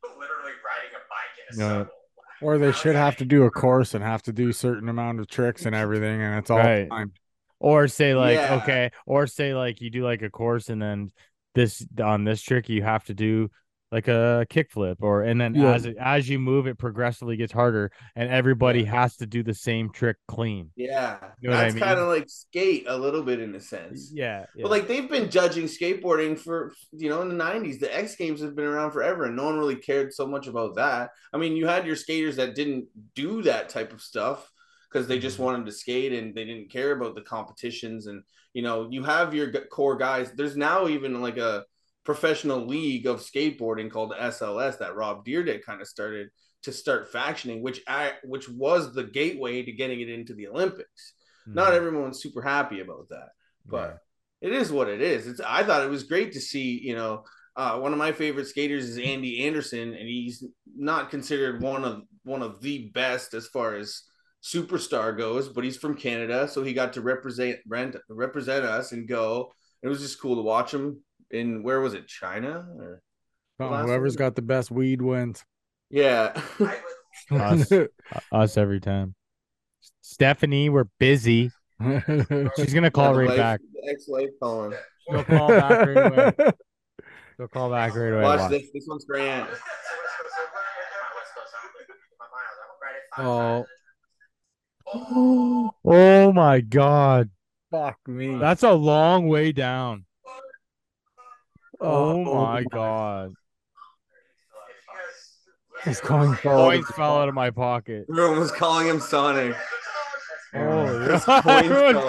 Speaker 5: literally riding a bike in a
Speaker 3: No.
Speaker 5: circle.
Speaker 1: Or they should have to do a course and have to do certain amount of tricks and everything, and it's all
Speaker 3: Right.
Speaker 1: time.
Speaker 3: Or say like,
Speaker 2: Yeah.
Speaker 3: okay, or say like you do like a course and then this on this trick you have to do like a kickflip or and then
Speaker 1: Yeah.
Speaker 3: as it, as you move it progressively gets harder and everybody has to do the same trick clean.
Speaker 2: Yeah,
Speaker 3: You know what I
Speaker 2: that's
Speaker 3: mean?
Speaker 2: kind of like skate a little bit in a sense.
Speaker 3: Yeah. yeah.
Speaker 2: But like they've been judging skateboarding for you know in the '90s, the X Games have been around forever, and no one really cared so much about that. I mean, you had your skaters that didn't do that type of stuff because they just wanted to skate and they didn't care about the competitions. And you know, you have your g- core guys. There's now even like a professional league of skateboarding called SLS that Rob Deerdick kind of started to start factioning, which I which was the gateway to getting it into the Olympics.
Speaker 1: Mm-hmm.
Speaker 2: Not
Speaker 3: Mhm.
Speaker 2: everyone's super happy about that
Speaker 3: Yeah.
Speaker 2: but it is what it is. It's I thought it was great to see, you know, uh, one of my favorite skaters is Andy Anderson, and he's not considered one of one of the best as far as superstar goes, but he's from Canada, so he got to represent rent, represent us and go. It was just cool to watch him in where was it, China or
Speaker 1: Come
Speaker 2: Last
Speaker 1: on, whoever's
Speaker 2: one.
Speaker 1: got the best weed wins.
Speaker 2: yeah. (laughs)
Speaker 5: I (laughs) would
Speaker 1: (laughs)
Speaker 3: Us. Us every time. Stephanie, we're busy. She's gonna call
Speaker 2: The
Speaker 3: right
Speaker 2: wife-
Speaker 3: back.
Speaker 2: the Ex-wife calling.
Speaker 3: She'll call back right
Speaker 1: (laughs)
Speaker 3: away.
Speaker 2: (laughs)
Speaker 3: She'll call back right away.
Speaker 2: Watch
Speaker 3: Watch.
Speaker 2: this. This one's for Ant.
Speaker 1: oh,
Speaker 3: Oh my god.
Speaker 1: fuck me.
Speaker 3: That's a long way down.
Speaker 1: Oh,
Speaker 3: Oh, my
Speaker 1: my.
Speaker 3: god.
Speaker 5: He's
Speaker 1: going forward.
Speaker 3: Coins fell out of my pocket.
Speaker 2: Everyone was calling him Sonic.
Speaker 3: Oh, (laughs)
Speaker 2: His
Speaker 3: yeah.
Speaker 2: coins fell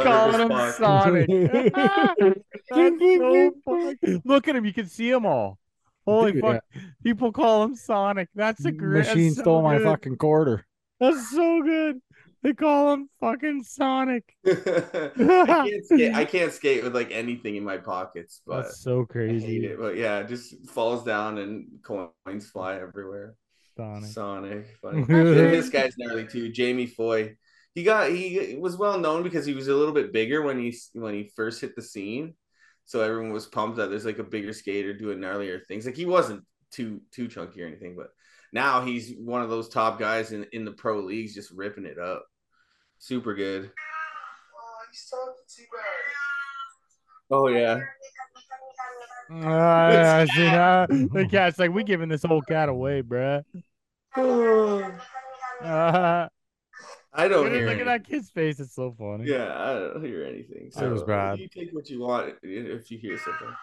Speaker 2: out
Speaker 3: everyone's
Speaker 2: of
Speaker 3: calling
Speaker 2: his
Speaker 3: him
Speaker 2: pocket.
Speaker 3: Sonic. (laughs) That's so fucking- Look at him. You can see them all. Holy
Speaker 1: Dude,
Speaker 3: fuck. People call him Sonic. That's a great
Speaker 1: Machine
Speaker 3: that's
Speaker 1: stole
Speaker 3: so
Speaker 1: my
Speaker 3: good.
Speaker 1: fucking
Speaker 3: (laughs)
Speaker 1: quarter.
Speaker 3: That's so good. They call him fucking Sonic. (laughs)
Speaker 2: I can't skate. I can't skate with like anything in my pockets, but
Speaker 3: That's so
Speaker 2: I hate
Speaker 3: crazy.
Speaker 2: it. But yeah, it just falls down and coins fly everywhere.
Speaker 3: Sonic.
Speaker 2: Sonic. funny. Then
Speaker 1: (laughs)
Speaker 2: this guy's gnarly too. Jamie Foy. He got he was well known because he was a little bit bigger when he when he first hit the scene. So everyone was pumped that there's like a bigger skater doing gnarlier things. Like he wasn't too too chunky or anything, but now he's one of those top guys in in the pro leagues, just ripping it up. Super good. Oh yeah.
Speaker 3: (laughs) Ah, yeah, I see that. the (laughs) cat's like, we giving this whole cat away, bruh. (laughs) Ah,
Speaker 2: I don't
Speaker 3: look at look at
Speaker 2: hear. anything.
Speaker 3: that kid's face. It's so funny.
Speaker 2: Yeah, I don't hear anything.
Speaker 3: That was
Speaker 2: So,
Speaker 3: bad.
Speaker 2: You take what you want if you hear something.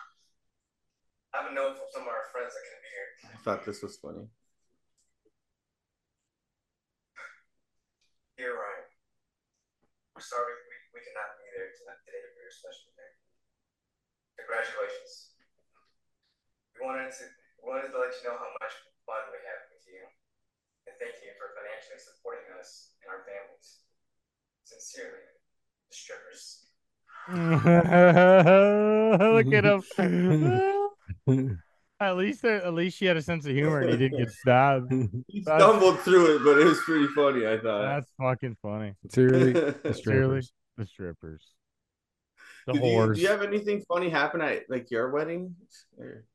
Speaker 5: I've known from some of our friends that can be here.
Speaker 2: I thought this was funny.
Speaker 5: Here, Ryan. We're sorry we, we cannot be there tonight today for your special day. Congratulations. We wanted to we wanted to let you know how much fun we had with you, and thank you for financially supporting us and our families. Sincerely, the strippers.
Speaker 3: (laughs) look at
Speaker 2: (laughs)
Speaker 3: him. (laughs) at least, there, at least she had a sense of humor and he didn't get stabbed.
Speaker 2: He
Speaker 3: That's-
Speaker 2: stumbled through it, but it was pretty funny. I thought.
Speaker 3: That's fucking funny.
Speaker 2: (laughs)
Speaker 1: Seriously.
Speaker 3: Sincerely, the strippers, the
Speaker 2: Did you,
Speaker 3: whores.
Speaker 2: do you have anything funny happen at like your wedding? Or-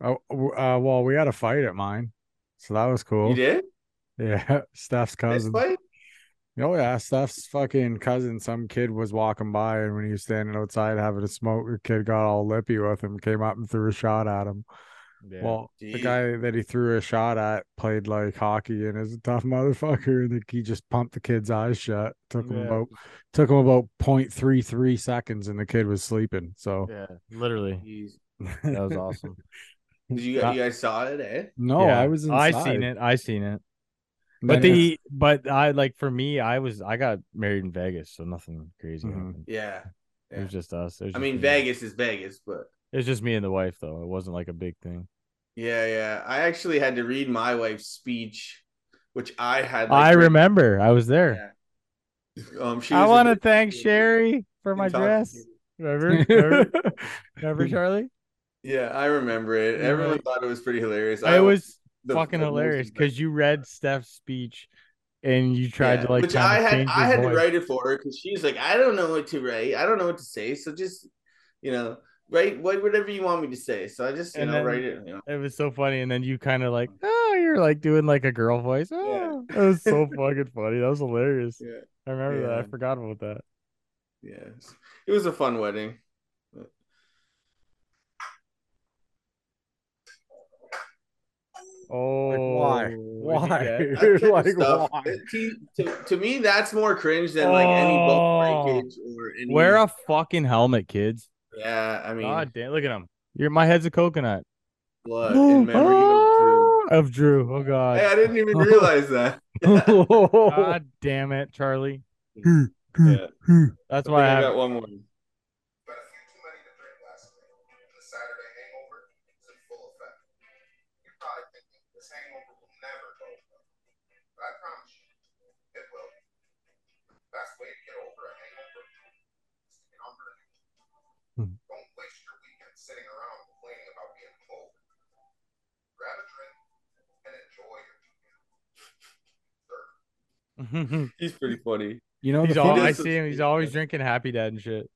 Speaker 1: Oh, w- uh, well, we had a fight at mine, so that was cool.
Speaker 2: You did?
Speaker 1: Yeah, (laughs) Steph's
Speaker 2: Fist
Speaker 1: cousin.
Speaker 2: fight?
Speaker 1: Oh yeah, Steph's fucking cousin. Some kid was walking by, and when he was standing outside having a smoke, the kid got all lippy with him, came up and threw a shot at him.
Speaker 3: Yeah.
Speaker 1: Well, the
Speaker 2: Jeez.
Speaker 1: guy that he threw a shot at played like hockey and is a tough (laughs) motherfucker. And like, he just pumped the kid's eyes shut. Took him
Speaker 3: Yeah.
Speaker 1: about took him about 0.33 seconds, and the kid was sleeping. So
Speaker 3: yeah, literally,
Speaker 2: Jeez.
Speaker 1: (laughs)
Speaker 3: that was awesome.
Speaker 2: (laughs) Did you,
Speaker 3: Uh,
Speaker 2: you guys saw it? Eh?
Speaker 1: no,
Speaker 3: Yeah,
Speaker 1: I was
Speaker 3: I
Speaker 1: inside.
Speaker 3: seen it. I seen it.
Speaker 1: And
Speaker 3: But
Speaker 1: then it's-
Speaker 3: the but I like for me, I was I got married in Vegas, so nothing crazy.
Speaker 1: Mhm.
Speaker 3: happened.
Speaker 2: Yeah.
Speaker 3: It
Speaker 2: Yeah.
Speaker 3: was just us. It was
Speaker 2: I
Speaker 3: just
Speaker 2: mean,
Speaker 3: me.
Speaker 2: Vegas is Vegas, but
Speaker 3: It was just me and the wife, though. It wasn't like a big thing.
Speaker 2: yeah, yeah. I actually had to read my wife's speech, which I had.
Speaker 3: I
Speaker 2: written-
Speaker 3: remember. I was there.
Speaker 2: Yeah. Um, she
Speaker 3: I
Speaker 2: was a
Speaker 3: want to
Speaker 2: bit-
Speaker 3: thank
Speaker 2: she was
Speaker 3: Sherry for my
Speaker 2: intoxicated.
Speaker 3: dress.
Speaker 2: (laughs)
Speaker 3: Remember? remember, remember, Charlie?
Speaker 2: Yeah, I remember it.
Speaker 3: Yeah.
Speaker 2: Everyone thought it was pretty hilarious.
Speaker 3: It was
Speaker 2: the-
Speaker 3: fucking
Speaker 2: the most
Speaker 3: hilarious because you read Steph's speech and you tried
Speaker 2: Yeah,
Speaker 3: to like
Speaker 2: which
Speaker 3: kinda
Speaker 2: I had
Speaker 3: change
Speaker 2: I
Speaker 3: his
Speaker 2: had to
Speaker 3: voice.
Speaker 2: write it for her because she's like, I don't know what to write. I don't know what to say. So just you know, write what whatever you want me to say. So I just you
Speaker 3: And
Speaker 2: know
Speaker 3: then-
Speaker 2: write it. You know.
Speaker 3: It was so funny, and then you kind of
Speaker 2: (laughs)
Speaker 3: like, oh, you're like doing like a girl voice. Oh, it was
Speaker 2: (laughs)
Speaker 3: so fucking funny. That was hilarious.
Speaker 2: Yeah.
Speaker 3: I remember that. I
Speaker 2: Yeah.
Speaker 3: forgot about that.
Speaker 2: Yeah, it was a fun
Speaker 3: (laughs)
Speaker 2: wedding.
Speaker 3: Oh,
Speaker 1: why?
Speaker 3: look at
Speaker 1: Why?
Speaker 3: that.
Speaker 2: That
Speaker 1: (laughs)
Speaker 2: kind of
Speaker 1: like
Speaker 2: stuff.
Speaker 1: why? (laughs)
Speaker 2: It- To, to, to me, that's more cringe than like any boat
Speaker 3: Oh.
Speaker 2: breakage or any.
Speaker 3: Wear a fucking helmet, kids.
Speaker 2: yeah, I mean,
Speaker 3: God damn, look at him. You're my head's a coconut.
Speaker 2: blood and
Speaker 3: (gasps)
Speaker 2: memory of Drew.
Speaker 3: of Drew. Oh
Speaker 2: Hey, oh. I
Speaker 3: god.
Speaker 2: didn't even
Speaker 3: (laughs)
Speaker 2: realize that. (laughs)
Speaker 3: God damn it, Charlie.
Speaker 2: Yeah.
Speaker 3: That's
Speaker 2: I,
Speaker 3: why I
Speaker 2: think I
Speaker 3: have
Speaker 2: got one more.
Speaker 4: But a few too many to drink last night. The Saturday hangover is in full effect. You're probably thinking this hangover will never go away. But I promise you, it will. The best way to get over a hangover is to get over it.
Speaker 3: Hmm.
Speaker 4: Don't waste your weekend sitting around complaining about being cold. Grab a drink and enjoy your weekend.
Speaker 3: (laughs)
Speaker 2: He's pretty funny.
Speaker 1: You know,
Speaker 3: he's
Speaker 1: the
Speaker 3: all,
Speaker 1: funny-
Speaker 3: I
Speaker 2: does
Speaker 3: see him, he's always drinking happy dad and shit.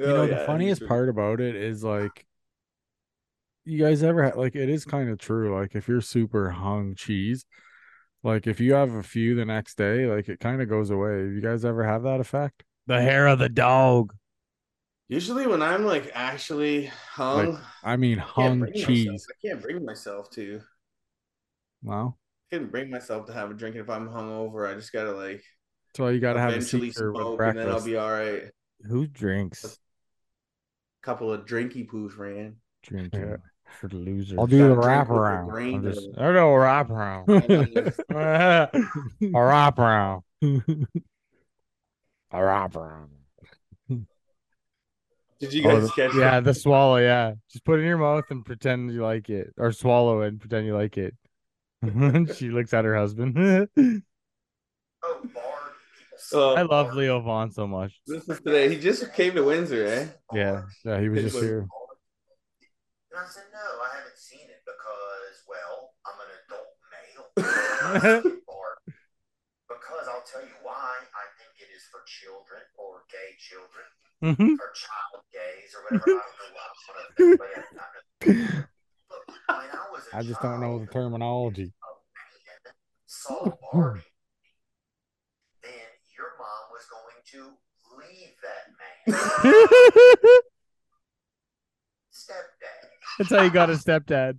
Speaker 2: Oh,
Speaker 1: you know the funniest part about it is like you guys ever had like it is kind of true like if you're super hung cheese like if you have a few the next day like it kind of goes away you guys ever have that effect
Speaker 3: The hair of the dog.
Speaker 2: Usually, when I'm like actually hung,
Speaker 1: i mean
Speaker 2: I can't
Speaker 1: hung
Speaker 2: bring
Speaker 1: cheese
Speaker 2: Myself. I can't bring myself to.
Speaker 1: wow
Speaker 2: I can't bring myself to have a drink if I'm hungover. I just gotta like
Speaker 1: that's why you gotta have a
Speaker 2: eventually
Speaker 1: secret with
Speaker 2: smoke, and then I'll
Speaker 1: breakfast
Speaker 2: be all right. A
Speaker 3: Who drinks?
Speaker 2: couple of drinky poos ran.
Speaker 3: Drinking for losers.
Speaker 1: i'll do the
Speaker 2: Gotta drink with the
Speaker 1: wraparound
Speaker 2: grain
Speaker 3: I'm
Speaker 2: of
Speaker 3: just
Speaker 2: it.
Speaker 3: I know wrap (laughs) around.
Speaker 1: (laughs)
Speaker 3: a wrap (laughs) around. A wrap around.
Speaker 2: Did you
Speaker 3: Oh,
Speaker 2: guys
Speaker 3: the-
Speaker 2: catch that?
Speaker 3: Yeah, the swallow. Yeah, just put it in your mouth and pretend you like it, or swallow it and pretend you like it. (laughs) she looks at her husband. (laughs)
Speaker 4: Oh, bar.
Speaker 2: Oh.
Speaker 3: I love Leo Vaughn so much. (laughs)
Speaker 2: This is today. He just came to Windsor, eh?
Speaker 3: Yeah, yeah, he was
Speaker 2: It
Speaker 3: just
Speaker 2: was-
Speaker 3: here.
Speaker 4: And I said, no, I haven't seen it because, well, I'm an adult male.
Speaker 3: (laughs)
Speaker 4: or because I'll tell you why I think it is for children or gay children
Speaker 3: Mhm.
Speaker 4: or child gays or whatever. I don't know what I'm gonna do, but I I know. But when I was a
Speaker 3: I just don't know
Speaker 4: child,
Speaker 3: the terminology.
Speaker 4: and saw Barbie, then your mom was going to leave that man. Stepdad.
Speaker 3: That's how you got a stepdad.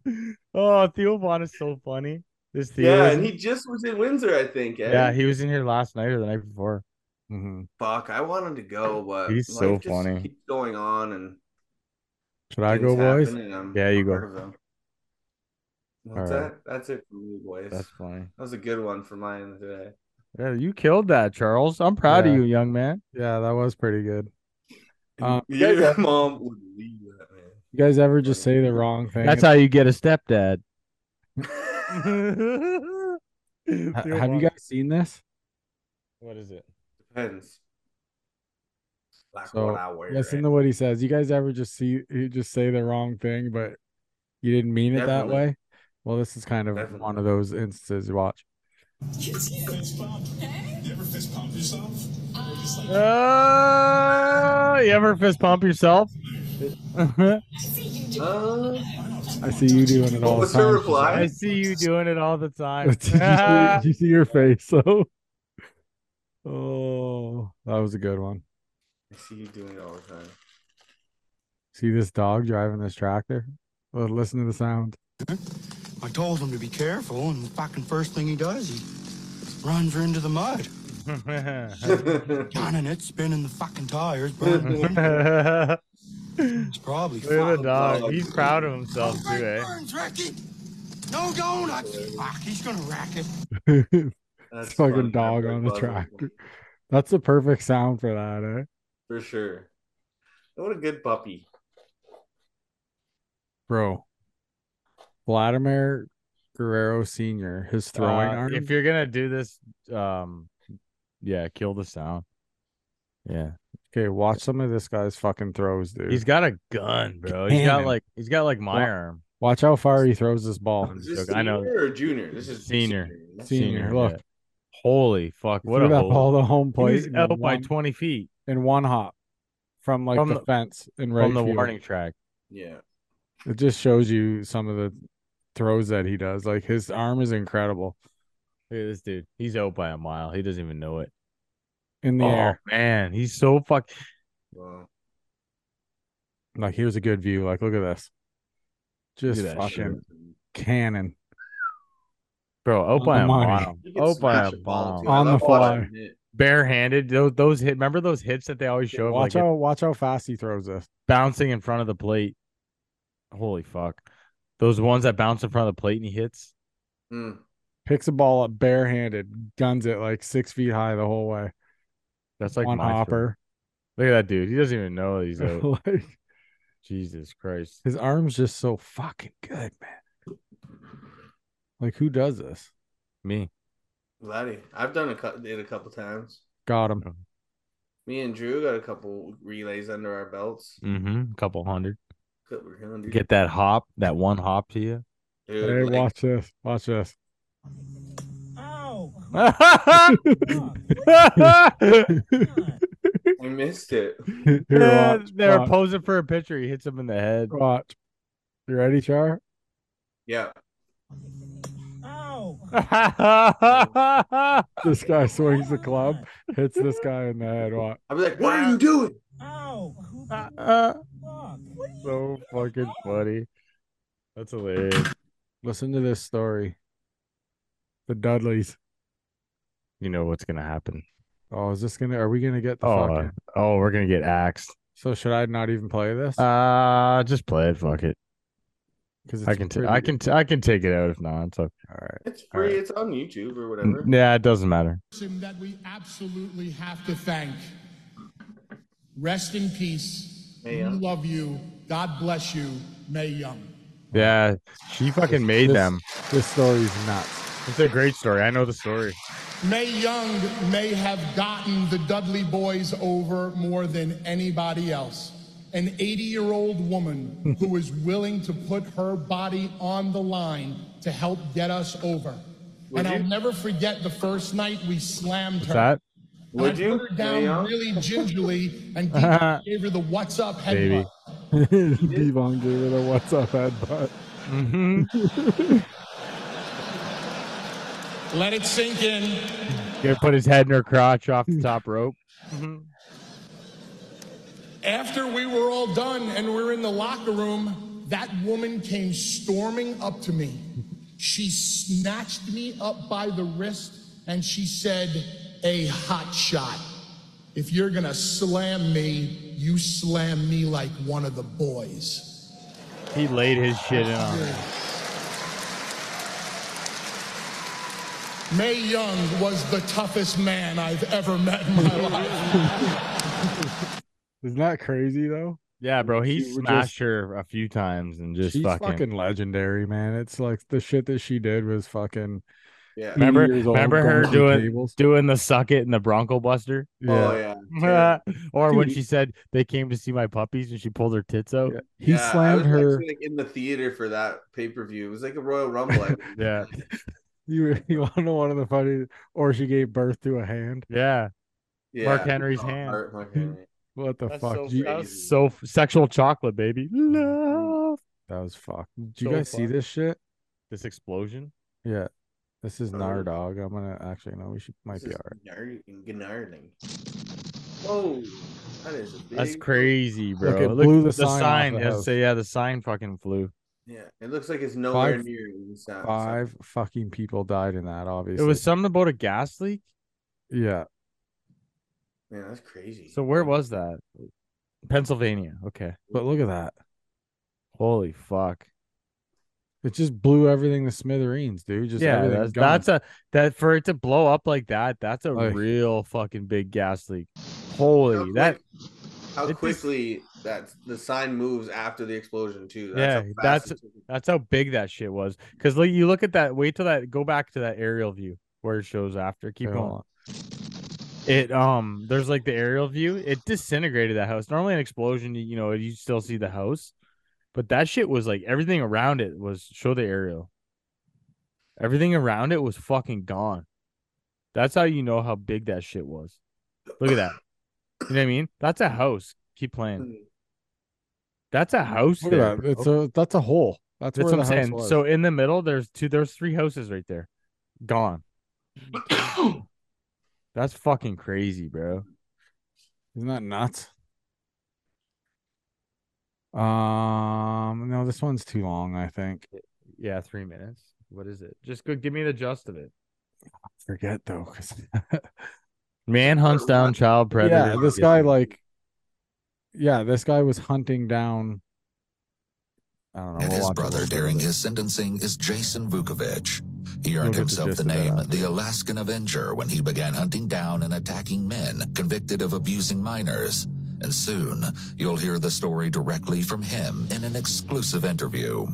Speaker 3: Oh, Theo Vaughn is so funny. This Theo.
Speaker 2: yeah,
Speaker 3: is-
Speaker 2: and he just was in Windsor, I think. Eh?
Speaker 3: yeah, he was in here last night or the night before. Mm-hmm.
Speaker 1: Mhm.
Speaker 2: Fuck, I want him to go, but
Speaker 3: He's
Speaker 2: life
Speaker 3: so
Speaker 2: just
Speaker 3: funny.
Speaker 2: Keeps going on, and
Speaker 3: Should I go,
Speaker 2: things
Speaker 3: boys?
Speaker 2: happen, and I'm
Speaker 3: Yeah, you
Speaker 2: a
Speaker 3: go.
Speaker 2: part of them. What's
Speaker 3: All
Speaker 2: that?
Speaker 3: right.
Speaker 2: That's it for me, boys.
Speaker 3: That's funny.
Speaker 2: That was a good one for mine today.
Speaker 3: Yeah, you killed that, Charles. I'm proud
Speaker 1: Yeah.
Speaker 3: of you, young man.
Speaker 1: yeah that was pretty good Um,
Speaker 2: Your
Speaker 1: you guys-
Speaker 2: mom would leave that man.
Speaker 1: you guys ever just say the wrong thing
Speaker 3: That's how you get a stepdad. (laughs)
Speaker 1: Ha- have you guys seen this
Speaker 2: Oh,
Speaker 3: What is it?
Speaker 2: Depends. Like
Speaker 1: So,
Speaker 2: what I wear.
Speaker 1: Listen
Speaker 2: eh?
Speaker 1: to what he says. You guys ever just see you just say the wrong thing, but you didn't mean it
Speaker 2: Definitely.
Speaker 1: that way? Well, this is kind of
Speaker 2: Definitely.
Speaker 1: one of those instances. Watch. (laughs)
Speaker 6: Fist bump. You ever fist pump yourself? Or just like,
Speaker 3: Uh, you ever fist pump yourself?
Speaker 2: Uh,
Speaker 1: I see you doing it all
Speaker 2: what
Speaker 1: the
Speaker 2: was
Speaker 1: time.
Speaker 2: her reply?
Speaker 3: I see you doing
Speaker 1: (laughs)
Speaker 3: it all the time.
Speaker 1: Did you, see,
Speaker 3: (laughs)
Speaker 1: did you see your face though? (laughs) Oh, that was a good one.
Speaker 2: I see you doing it all the
Speaker 3: (laughs)
Speaker 2: time.
Speaker 1: See this dog driving this tractor? Well, listen to the
Speaker 2: (laughs)
Speaker 1: sound. (laughs)
Speaker 7: I told him to be careful, and the fucking first thing he does, he runs her into the mud. Gunning it, spinning the fucking tires, burning.
Speaker 3: Look (laughs) at
Speaker 7: it's probably
Speaker 3: the
Speaker 7: fucking
Speaker 3: dog. He's proud of himself too, eh?
Speaker 7: burns, Ricky. No donuts. Fuck, he's gonna rack it.
Speaker 2: (laughs) That's
Speaker 1: fucking
Speaker 2: fun to have
Speaker 1: dog
Speaker 2: good
Speaker 1: on the
Speaker 2: buzz
Speaker 1: tractor. That's the perfect sound for that, eh?
Speaker 2: For sure. What a good puppy.
Speaker 1: Bro. Vladimir Guerrero Sr., his throwing
Speaker 3: Uh,
Speaker 1: arm.
Speaker 3: If you're gonna do this, um, yeah, kill the sound. Yeah,
Speaker 1: Okay, watch some of this guy's fucking throws, dude.
Speaker 3: he's got a gun, bro. He's got
Speaker 1: Cannon.
Speaker 3: like he's got like my
Speaker 1: Well,
Speaker 3: arm.
Speaker 1: watch how far he throws this
Speaker 3: (laughs)
Speaker 1: ball.
Speaker 3: I'm
Speaker 2: Is this
Speaker 3: joking. I know.
Speaker 2: senior or junior? This is
Speaker 3: Senior.
Speaker 2: yeah?
Speaker 1: Senior,
Speaker 3: Senior,
Speaker 1: look,
Speaker 3: yeah. Holy fuck!
Speaker 1: he
Speaker 3: What
Speaker 1: threw
Speaker 3: a
Speaker 1: that
Speaker 3: hole.
Speaker 1: ball to home
Speaker 3: He
Speaker 1: plate
Speaker 3: was
Speaker 1: in,
Speaker 3: out by
Speaker 1: one,
Speaker 3: 20 feet
Speaker 1: in one hop from like
Speaker 3: From
Speaker 1: the,
Speaker 3: the-
Speaker 1: fence in right
Speaker 3: from the
Speaker 1: field.
Speaker 3: warning track.
Speaker 2: Yeah.
Speaker 1: It just shows you some of the throws that he does. Like his arm is incredible
Speaker 3: Look at this dude. He's out by a mile. He doesn't even know it.
Speaker 1: in the
Speaker 3: Oh
Speaker 1: air.
Speaker 3: man, he's so fuck.
Speaker 2: Wow.
Speaker 3: Oh.
Speaker 1: Like here's a good view. Like look at this, just
Speaker 3: that shit.
Speaker 1: fucking cannon.
Speaker 3: Bro, out by a
Speaker 1: money.
Speaker 3: mile.
Speaker 2: You can
Speaker 3: Out by
Speaker 2: smash
Speaker 3: a
Speaker 2: a ball,
Speaker 3: bomb.
Speaker 2: dude. I
Speaker 1: On the
Speaker 2: love watching
Speaker 1: fly.
Speaker 2: him hit.
Speaker 3: Barehanded. Those those hit remember those hits that they always show of,
Speaker 1: Watch
Speaker 3: like it
Speaker 1: how watch how fast he throws this.
Speaker 3: bouncing in front of the plate. Holy fuck. Those ones that bounce in front of the plate and he hits.
Speaker 2: Mm.
Speaker 1: Picks a ball up barehanded, guns it like six feet high the whole way.
Speaker 3: That's like
Speaker 1: on
Speaker 3: my hopper.
Speaker 1: hopper.
Speaker 3: Look at that dude. He doesn't even
Speaker 1: (laughs)
Speaker 3: know he's out.
Speaker 1: like
Speaker 3: Jesus Christ.
Speaker 1: his arm's just so fucking good, man. Like who does this?
Speaker 3: Me.
Speaker 2: Laddie, I've done a cou- it a couple times.
Speaker 1: Got him.
Speaker 2: Me and Drew got a couple relays under our belts.
Speaker 3: Mm-hmm. Couple
Speaker 1: (laughs)
Speaker 3: hundred.
Speaker 2: Couple hundred.
Speaker 3: Get that hop, that one hop
Speaker 1: (laughs)
Speaker 3: to you.
Speaker 2: Dude,
Speaker 1: Hey,
Speaker 2: like,
Speaker 1: watch this. Watch this. (laughs)
Speaker 6: Ow!
Speaker 3: Here,
Speaker 7: (laughs)
Speaker 3: (laughs)
Speaker 2: I missed it.
Speaker 1: Here, watch,
Speaker 3: Eh, they're
Speaker 1: watch,
Speaker 3: posing for a picture. He hits him in the head. (laughs)
Speaker 1: watch. You ready, Char?
Speaker 2: Yeah.
Speaker 6: Ow!
Speaker 1: This guy swings the club, hits this guy in the head. Watch.
Speaker 2: I'd be like, what are you doing?
Speaker 6: Ow! Fuck.
Speaker 3: so fucking funny. That's hilarious.
Speaker 1: Listen to this story. The Dudleys.
Speaker 3: You know what's gonna happen.
Speaker 1: Oh, is this gonna? Are we gonna get the
Speaker 3: Oh,
Speaker 1: fucking?
Speaker 3: uh, oh, we're gonna get axed.
Speaker 1: So should I not even play this?
Speaker 3: Uh just play it. Fuck it.
Speaker 1: Because
Speaker 3: I can, t- I can, t- I can take it out if not. It's okay.
Speaker 1: All right.
Speaker 2: It's
Speaker 3: All
Speaker 2: free.
Speaker 3: right.
Speaker 2: It's on YouTube or whatever.
Speaker 3: N- Yeah, it doesn't matter.
Speaker 8: person that we absolutely have to thank. Rest in peace.
Speaker 2: May
Speaker 8: We
Speaker 2: Young.
Speaker 8: love you. God bless you, May Young.
Speaker 3: Yeah, she fucking made
Speaker 1: This-
Speaker 3: them.
Speaker 1: This story's nuts.
Speaker 3: It's a great story. I know the (laughs) story.
Speaker 8: May Young may have gotten the Dudley boys over more than anybody else. An 80 year old
Speaker 2: (laughs)
Speaker 8: woman who is willing to put her body on the line to help get us over. and I'll never forget the first night we slammed
Speaker 3: What's
Speaker 8: her.
Speaker 3: that?
Speaker 8: And
Speaker 2: Would
Speaker 8: I
Speaker 2: you,
Speaker 8: put her
Speaker 2: May
Speaker 8: down
Speaker 2: Young?
Speaker 8: really gingerly
Speaker 2: (laughs)
Speaker 8: and deep- gave her the what's up head
Speaker 3: Baby.
Speaker 8: nod.
Speaker 3: (laughs)
Speaker 1: Devon gave her the what's up headbutt.
Speaker 8: Let it sink in.
Speaker 3: Gonna put his head in her crotch off the top rope.
Speaker 8: After we were all done and we were in the locker room, that woman came storming up to me. She snatched me up by the wrist and she said, A hot shot. If you're gonna slam me, you slam me like one of the boys.
Speaker 3: He laid his shit in on her.
Speaker 8: May Young was the toughest man I've ever met in my life.
Speaker 1: (laughs) Isn't that crazy though?
Speaker 3: Yeah, bro. He
Speaker 1: She would
Speaker 3: smashed
Speaker 1: just-
Speaker 3: her a few times and just
Speaker 1: She's
Speaker 3: fucking.
Speaker 1: fucking... legendary, man. It's like the shit that she did was fucking.
Speaker 2: Yeah.
Speaker 1: 80
Speaker 3: Remember-
Speaker 1: years old,
Speaker 3: remember her
Speaker 1: going through
Speaker 3: doing-
Speaker 1: tables.
Speaker 3: Doing the suck it and the Bronco Buster,
Speaker 2: Oh,
Speaker 1: Yeah.
Speaker 2: yeah.
Speaker 3: (laughs) or when
Speaker 1: Dude.
Speaker 3: she said they came to see my puppies and she pulled her tits out.
Speaker 1: yeah. He
Speaker 2: Yeah, I
Speaker 1: slammed
Speaker 2: was
Speaker 1: her.
Speaker 2: actually, like in the theater for that pay per view. It was like a Royal
Speaker 1: (laughs)
Speaker 2: Rumble. I-
Speaker 3: Yeah,
Speaker 1: (laughs) You you want to know one of the funny? Or she gave birth to a hand.
Speaker 3: yeah.
Speaker 2: yeah.
Speaker 3: Mark Henry's
Speaker 2: Oh,
Speaker 3: hand.
Speaker 2: Mark-
Speaker 1: Hmm.
Speaker 2: Mark Henry.
Speaker 1: What the
Speaker 3: That's
Speaker 1: fuck?
Speaker 3: so,
Speaker 1: Did you- Mm-hmm.
Speaker 3: that was
Speaker 2: crazy.
Speaker 3: so f- sexual chocolate, baby. Love
Speaker 1: that was fucked. Do you
Speaker 3: So
Speaker 1: guys see
Speaker 3: fucked.
Speaker 1: this shit?
Speaker 3: this explosion.
Speaker 1: Yeah. This is
Speaker 2: Oh.
Speaker 1: Nar dog. I'm gonna actually no. We should might
Speaker 2: This
Speaker 1: be
Speaker 2: is
Speaker 1: all right.
Speaker 2: gnar- gnarly. Whoa, that is a big.
Speaker 3: That's crazy, bro.
Speaker 1: Look, it blew the sign off the
Speaker 3: yeah,
Speaker 1: house.
Speaker 3: so yeah, the sign fucking flew.
Speaker 2: Yeah, it looks like it's nowhere
Speaker 1: Five-
Speaker 2: near. the sound-
Speaker 1: Five fucking people died in that.
Speaker 3: It
Speaker 1: Obviously,
Speaker 3: was something about a gas leak.
Speaker 1: yeah.
Speaker 2: Man, that's crazy.
Speaker 3: So where was that? Pennsylvania. Okay.
Speaker 1: But look at that.
Speaker 3: Holy fuck.
Speaker 1: It just blew everything to smithereens, dude. Just
Speaker 3: yeah,
Speaker 1: everything
Speaker 3: that's,
Speaker 1: gone.
Speaker 3: that's a that for it to blow up like that. That's a
Speaker 1: Like-
Speaker 3: real fucking big gas leak.
Speaker 2: How
Speaker 3: Holy
Speaker 2: quick-
Speaker 3: that.
Speaker 2: how
Speaker 3: it just-
Speaker 2: quickly that the sign moves after the explosion too.
Speaker 3: Yeah,
Speaker 2: how fast
Speaker 3: that's-
Speaker 2: it took it.
Speaker 3: That's how big that shit was. Because like you look at that. Wait till that. Go back to that aerial view where it shows after. Keep
Speaker 1: Yeah,
Speaker 3: going.
Speaker 1: hold on.
Speaker 3: It um, there's like the aerial view. It disintegrated that house. Normally an explosion, you- you know, you still see the house, but that shit was like everything around it was show the aerial. Everything around it was fucking gone. That's how you know how big that shit was. Look at that. You know what I mean? That's a house. Keep playing. That's a house.
Speaker 1: Look
Speaker 3: there,
Speaker 1: at that.
Speaker 3: bro.
Speaker 1: It's a that's a hole. That's,
Speaker 3: That's
Speaker 1: where
Speaker 3: what I'm
Speaker 1: the house
Speaker 3: saying.
Speaker 1: was.
Speaker 3: So in the middle, there's two, there's three houses right there,
Speaker 1: (coughs)
Speaker 3: gone. That's fucking crazy, bro.
Speaker 1: Isn't that nuts? Um, no, this one's too long. I think.
Speaker 3: Yeah, three minutes. What is it? Just go give me the gist of it.
Speaker 1: Forget though, 'cause- (laughs)
Speaker 3: Man hunts down child predators.
Speaker 1: yeah,
Speaker 3: to
Speaker 1: this
Speaker 3: get
Speaker 1: guy
Speaker 3: them.
Speaker 1: like, yeah, this guy was hunting down. I don't know.
Speaker 4: And
Speaker 1: we'll
Speaker 4: his
Speaker 1: watch a
Speaker 4: brother
Speaker 1: little bit
Speaker 4: during
Speaker 1: of it.
Speaker 4: his sentencing is Jason Vukovich. He earned
Speaker 3: get the
Speaker 4: himself
Speaker 3: gist
Speaker 4: the
Speaker 3: of that
Speaker 4: name
Speaker 3: after.
Speaker 4: the Alaskan Avenger when he began hunting down and attacking men convicted of abusing minors. And soon, you'll hear the story directly from him in an exclusive interview.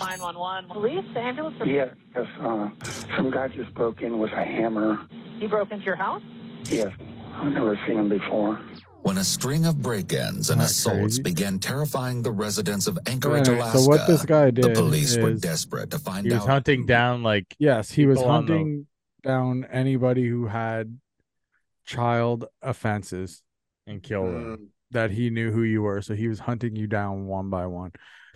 Speaker 9: 911. Police, ambulance.
Speaker 10: Yes, yes. Uh, some guy just broke in with a hammer.
Speaker 9: He broke into your (laughs) house?
Speaker 10: Yes, I've never seen him before.
Speaker 4: When a string of break ins and
Speaker 3: Isn't that
Speaker 4: assaults
Speaker 3: crazy?
Speaker 4: began terrifying the residents of Anchorage,
Speaker 1: Anyway,
Speaker 4: Alaska,
Speaker 1: so what this guy
Speaker 4: the
Speaker 1: did
Speaker 4: police were
Speaker 1: is-
Speaker 4: desperate to find
Speaker 3: he was
Speaker 4: out.
Speaker 3: hunting down like
Speaker 1: Yes, he was
Speaker 3: people on the-
Speaker 1: hunting down anybody who had child offenses
Speaker 3: and killed them.
Speaker 2: Mm,
Speaker 1: that he knew who you were. So he was hunting you down one by one.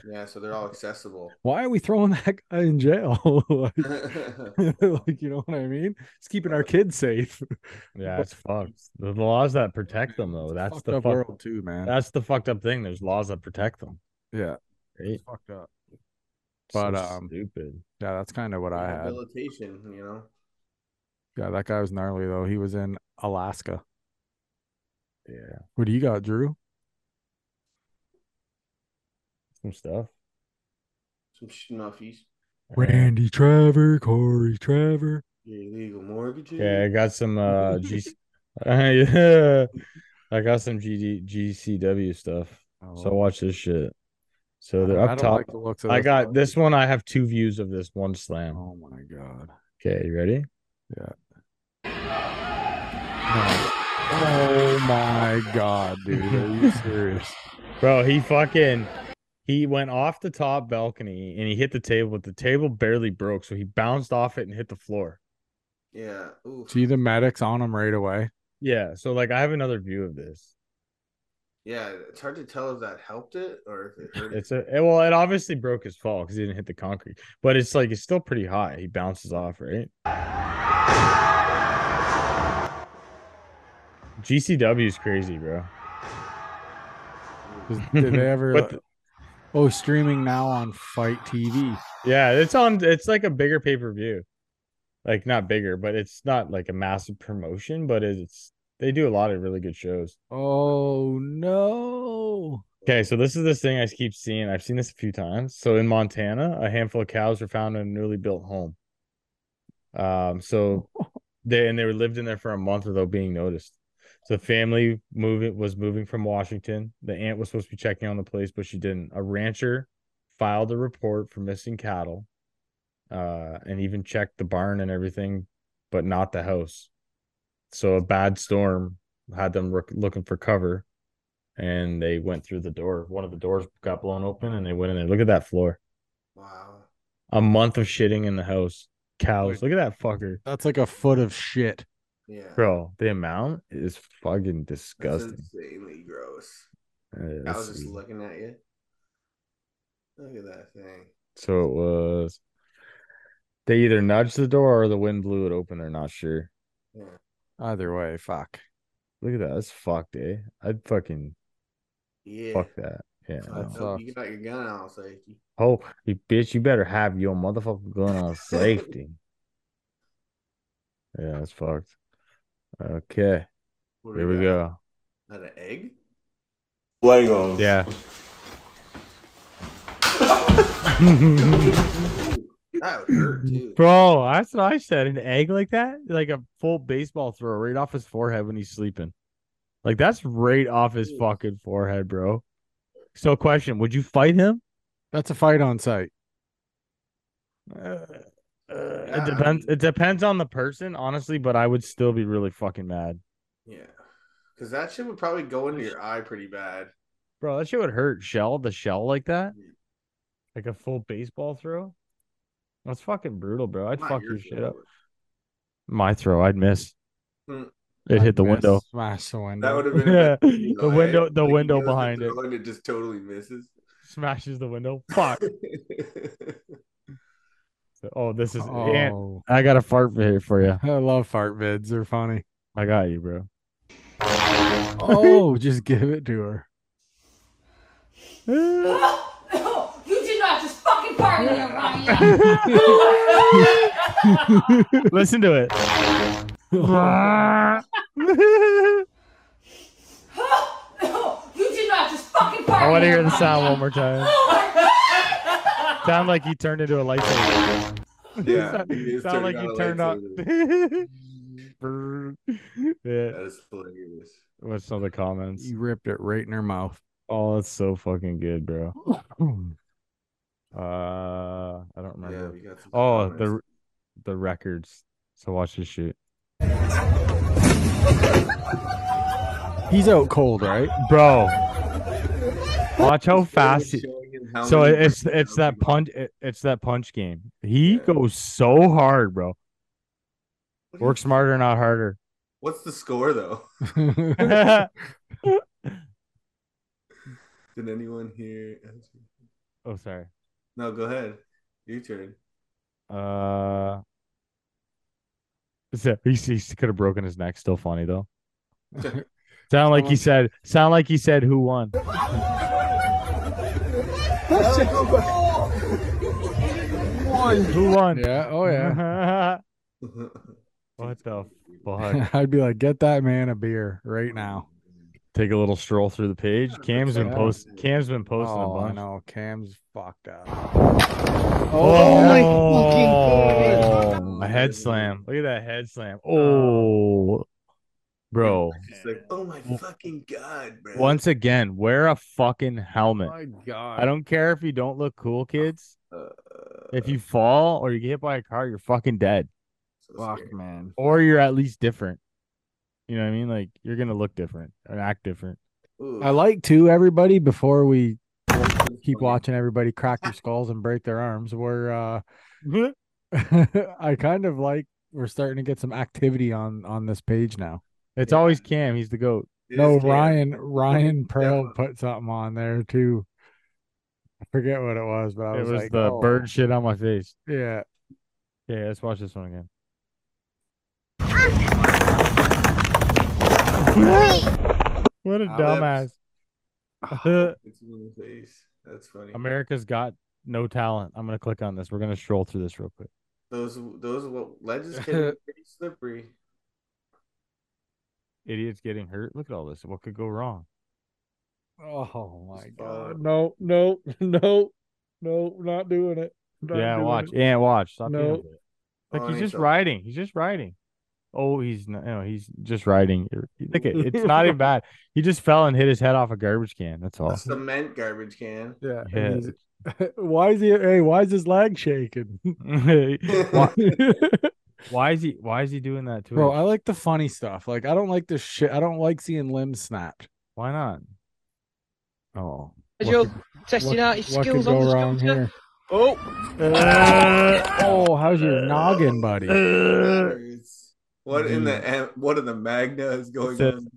Speaker 2: yeah, so they're all accessible. (laughs)
Speaker 1: Why are we throwing (laughs) that guy in jail? (laughs) like,
Speaker 2: yeah,
Speaker 1: like, you know what I mean? It's keeping our kids safe. (laughs)
Speaker 3: Yeah, it's fucked. The the laws that protect them though. Oh, That's
Speaker 1: Fucked
Speaker 3: the
Speaker 1: up
Speaker 3: fuck,
Speaker 1: world too, man.
Speaker 3: That's the fucked up thing. There's laws that protect them.
Speaker 1: yeah,
Speaker 3: Right?
Speaker 1: it's fucked up.
Speaker 3: So
Speaker 1: But, um,
Speaker 3: stupid.
Speaker 1: Yeah, that's kind of what I had.
Speaker 2: Rehabilitation, you know.
Speaker 1: Yeah, that guy was gnarly though. He was in Alaska.
Speaker 3: Yeah,
Speaker 1: What do you got, Drew?
Speaker 3: some stuff.
Speaker 2: Some schnuffies.
Speaker 1: Randy Trevor, Corey Trevor.
Speaker 2: Your illegal mortgages.
Speaker 3: Yeah, I got some
Speaker 1: (laughs)
Speaker 3: uh GC. yeah. (laughs) I got some GD GCW stuff. So watch this shit. So they're
Speaker 1: Oh. I don't
Speaker 3: up top.
Speaker 1: like the looks of
Speaker 3: I
Speaker 1: this
Speaker 3: got
Speaker 1: one.
Speaker 3: this one. I have two views of this one slam.
Speaker 1: Oh my god.
Speaker 3: Okay, you ready?
Speaker 1: No. Oh my god, dude. Are
Speaker 3: (laughs)
Speaker 1: you serious?
Speaker 3: Bro, he fucking he went off the top balcony and he hit the table, but the table barely broke, so he bounced off it and hit the floor.
Speaker 2: Yeah. Oof.
Speaker 1: See the medics on him right away.
Speaker 3: Yeah, so like I have another view of this.
Speaker 2: Yeah, it's hard to tell if that helped it or
Speaker 3: (laughs)
Speaker 2: if it hurt it.
Speaker 3: It's a eh, well, it obviously broke his fall because he didn't hit the concrete, but it's like it's still pretty high. He bounces off, right? GCW is crazy, bro.
Speaker 1: 'Cause Did
Speaker 3: (laughs)
Speaker 1: they ever
Speaker 3: But
Speaker 1: Oh, streaming now on Fight TV.
Speaker 3: Yeah, it's on. It's like a bigger pay per view, like not bigger, but it's not like a massive promotion. But it's they do a lot of really good shows.
Speaker 1: Oh no.
Speaker 3: Okay, so this is this thing I keep seeing. I've seen this a few times. So in Montana, a handful of cows were found in a newly built home. Um, so they and they were lived in there for a month without being noticed. So the family moving was moving from Washington. The aunt was supposed to be checking on the place, but she didn't. A rancher filed a report for missing cattle, uh, and even checked the barn and everything, but not the house. So a bad storm had them rook- looking for cover, and they went through the door. One of the doors got blown open, and they went in there. Look at that floor.
Speaker 2: Wow.
Speaker 3: A month of shitting in the house. Cows. Look at that fucker.
Speaker 1: That's like a foot of shit.
Speaker 2: Yeah.
Speaker 3: Bro, the amount is fucking
Speaker 2: That's
Speaker 3: disgusting.
Speaker 2: insanely gross.
Speaker 3: Uh,
Speaker 2: I
Speaker 3: let's
Speaker 2: was just
Speaker 3: see.
Speaker 2: looking at you. Look at that thing.
Speaker 3: So it was. They either nudged the door or the wind blew it open. They're not sure.
Speaker 2: Yeah.
Speaker 1: Either way, fuck.
Speaker 3: Look at that. That's fucked, eh? I'd fucking
Speaker 2: Yeah.
Speaker 3: fuck that. Yeah.
Speaker 2: So I
Speaker 3: that's-
Speaker 2: hope you got your gun out, safety.
Speaker 3: Oh, you bitch, you better have your motherfucking gun (laughs) on safety. yeah, that's fucked. Okay.
Speaker 2: What do
Speaker 3: Here we
Speaker 2: got?
Speaker 3: go.
Speaker 2: Is that an egg?
Speaker 5: Legos.
Speaker 3: Yeah.
Speaker 2: That would hurt too.
Speaker 3: (laughs) Bro, that's what I said. An egg like that, like a full baseball throw right off his forehead when he's sleeping. Like that's right off his
Speaker 2: Jeez.
Speaker 3: fucking forehead, bro. So, question: Would you fight him?
Speaker 1: That's a fight on site.
Speaker 3: Uh, uh,
Speaker 2: Yeah, I
Speaker 3: it depends.
Speaker 2: mean-
Speaker 3: It depends on the person, honestly. But I would still be really fucking mad,
Speaker 2: Yeah. Because that shit would probably go into your eye pretty bad.
Speaker 3: bro. That shit would hurt. Shell the shell like that,
Speaker 2: Yeah.
Speaker 3: like a full baseball throw. That's fucking brutal, bro. I'd
Speaker 2: Not
Speaker 3: fuck your shit up.
Speaker 2: throat.
Speaker 3: My throw, I'd miss.
Speaker 2: Mm.
Speaker 3: It hit the
Speaker 1: Miss,
Speaker 3: window.
Speaker 1: Smash the window.
Speaker 2: That would have been
Speaker 3: Yeah, (laughs)
Speaker 2: a good
Speaker 3: the
Speaker 2: eye.
Speaker 3: window, the
Speaker 2: Like, you
Speaker 3: window
Speaker 2: give it a
Speaker 3: behind it
Speaker 2: throw And it just totally misses. (laughs)
Speaker 3: smashes the window. Fuck. (laughs) Oh, this is and
Speaker 1: Oh,
Speaker 3: I got a fart here for you.
Speaker 1: I love fart vids. They're funny.
Speaker 3: I got you, bro.
Speaker 1: Oh, just give it to her.
Speaker 3: (laughs)
Speaker 9: No, no, you did not just fucking
Speaker 11: party, Orion.
Speaker 3: (laughs) Listen to
Speaker 11: (laughs)
Speaker 3: it. I
Speaker 11: no, you did not just fucking Oh party.
Speaker 3: want to hear the
Speaker 11: Orion.
Speaker 3: sound one
Speaker 11: (laughs)
Speaker 3: more time. Sound like you turned into a lightsaber. (laughs)
Speaker 2: Yeah,
Speaker 3: sound
Speaker 2: he is
Speaker 3: sound like
Speaker 2: turning
Speaker 3: you
Speaker 2: on a
Speaker 3: turned up. (laughs) yeah.
Speaker 2: That is hilarious.
Speaker 3: What's some of the comments?
Speaker 1: You ripped it right in her
Speaker 3: (laughs)
Speaker 1: mouth.
Speaker 3: Oh, that's so fucking good, bro. Uh, I don't
Speaker 2: Yeah,
Speaker 3: remember.
Speaker 2: we got some
Speaker 3: oh,
Speaker 2: comments.
Speaker 3: the the records. So watch this shoot,
Speaker 1: He's out cold, right?
Speaker 3: bro. Watch how fast.
Speaker 2: Showing
Speaker 3: he-
Speaker 2: him how
Speaker 3: so
Speaker 2: many
Speaker 3: it's
Speaker 2: percent
Speaker 3: it's
Speaker 2: of
Speaker 3: that
Speaker 2: people-
Speaker 3: punch. it- it's that punch game. He
Speaker 2: Yeah.
Speaker 3: goes so hard, bro.
Speaker 2: What do you-
Speaker 3: Work smarter,
Speaker 1: (laughs)
Speaker 3: not harder. (laughs)
Speaker 2: What's the score though? (laughs)
Speaker 3: oh,
Speaker 2: Did anyone hear?
Speaker 3: Oh, sorry.
Speaker 2: No, go ahead. Your turn. (laughs)
Speaker 3: Uh, so he, he could have broken his neck. Still funny though. sound like he said. Sound like he said. Who won? Who won?
Speaker 1: Yeah. Oh yeah.
Speaker 3: (laughs) what the
Speaker 1: (laughs)
Speaker 3: fuck?
Speaker 1: I'd be like, get that man a beer right now.
Speaker 3: Take a little stroll through the page. Cam's been
Speaker 1: Yeah.
Speaker 3: post. Cam's been posting
Speaker 1: oh,
Speaker 3: a
Speaker 1: I
Speaker 3: bunch.
Speaker 1: know. Cam's fucking
Speaker 3: Oh, a head slam. Look at that head slam. Oh, bro.
Speaker 2: It's like, oh my fucking god, bro.
Speaker 3: Once again, wear a fucking helmet.
Speaker 1: Oh god.
Speaker 3: I don't care if you don't look cool, kids.
Speaker 2: Uh,
Speaker 3: If you fall or you get hit by a car, you're fucking dead.
Speaker 2: so
Speaker 1: fuck,
Speaker 2: scary.
Speaker 1: man.
Speaker 3: Or you're at least different. You know what I mean? Like you're gonna look different and act different.
Speaker 2: Ooh,
Speaker 1: I like
Speaker 3: (laughs)
Speaker 1: to everybody before we
Speaker 2: that's so
Speaker 1: keep
Speaker 2: funny.
Speaker 1: watching everybody crack their skulls and break their arms. We're uh (laughs) I kind of like we're starting to get some activity on on this page now.
Speaker 3: It's
Speaker 2: Yeah.
Speaker 3: always Cam. He's the goat.
Speaker 2: It
Speaker 1: no,
Speaker 2: is scary.
Speaker 1: Ryan Ryan Pearl
Speaker 2: Yeah.
Speaker 1: put something on there too. I forget what it was, but I
Speaker 3: It
Speaker 1: was,
Speaker 3: was
Speaker 1: like,
Speaker 3: the
Speaker 1: oh,
Speaker 3: bird shit on my face.
Speaker 1: Yeah.
Speaker 3: Yeah, let's watch this one again. (laughs) what a
Speaker 1: Ah,
Speaker 3: dumbass.
Speaker 1: that's-
Speaker 2: (sighs)
Speaker 3: (laughs) Uh,
Speaker 2: Ah, it's in the face. That's funny.
Speaker 3: America's got no talent. I'm gonna click on this. We're gonna stroll through this real quick.
Speaker 2: Those those what
Speaker 3: (laughs)
Speaker 2: ledges can be pretty slippery.
Speaker 3: Idiots getting hurt. Look at all this. What could go wrong?
Speaker 1: Oh my
Speaker 2: Just follow.
Speaker 1: god. No, no, (laughs) no, no, not doing it. Not
Speaker 3: yeah,
Speaker 1: doing
Speaker 3: watch.
Speaker 1: it.
Speaker 3: Yeah, watch. Stop being a
Speaker 1: No.
Speaker 3: bitch. Like
Speaker 2: Oh,
Speaker 3: he's
Speaker 2: ain't
Speaker 3: just
Speaker 2: so-
Speaker 3: riding. He's just riding. Oh, he's not. No, he's just riding. Look, it, it's
Speaker 1: (laughs)
Speaker 3: not even bad. He just fell and hit his head off a garbage can. That's
Speaker 1: Oh.
Speaker 3: all. (laughs)
Speaker 2: A cement garbage can.
Speaker 1: Yeah. and
Speaker 3: Yeah.
Speaker 1: he's- (laughs) why is he hey, why is his leg shaking? (laughs)
Speaker 3: why, why is he? Why is he doing that to
Speaker 1: Bro,
Speaker 3: us?
Speaker 1: I like the funny stuff. Like I don't like this shit. I don't like seeing limbs snapped.
Speaker 3: Why not?
Speaker 1: Oh.
Speaker 12: As
Speaker 1: What
Speaker 12: you're
Speaker 1: could-
Speaker 12: testing
Speaker 1: what-
Speaker 12: out his
Speaker 1: what could
Speaker 12: skills
Speaker 1: go
Speaker 12: on the
Speaker 1: wrong
Speaker 12: scooter.
Speaker 1: here?
Speaker 12: Oh,
Speaker 1: Oh, how's
Speaker 3: Uh,
Speaker 1: your noggin, buddy?
Speaker 2: It's- What in the
Speaker 1: Mm-hmm.
Speaker 2: am- what in the magna is going
Speaker 3: It's a-
Speaker 2: on?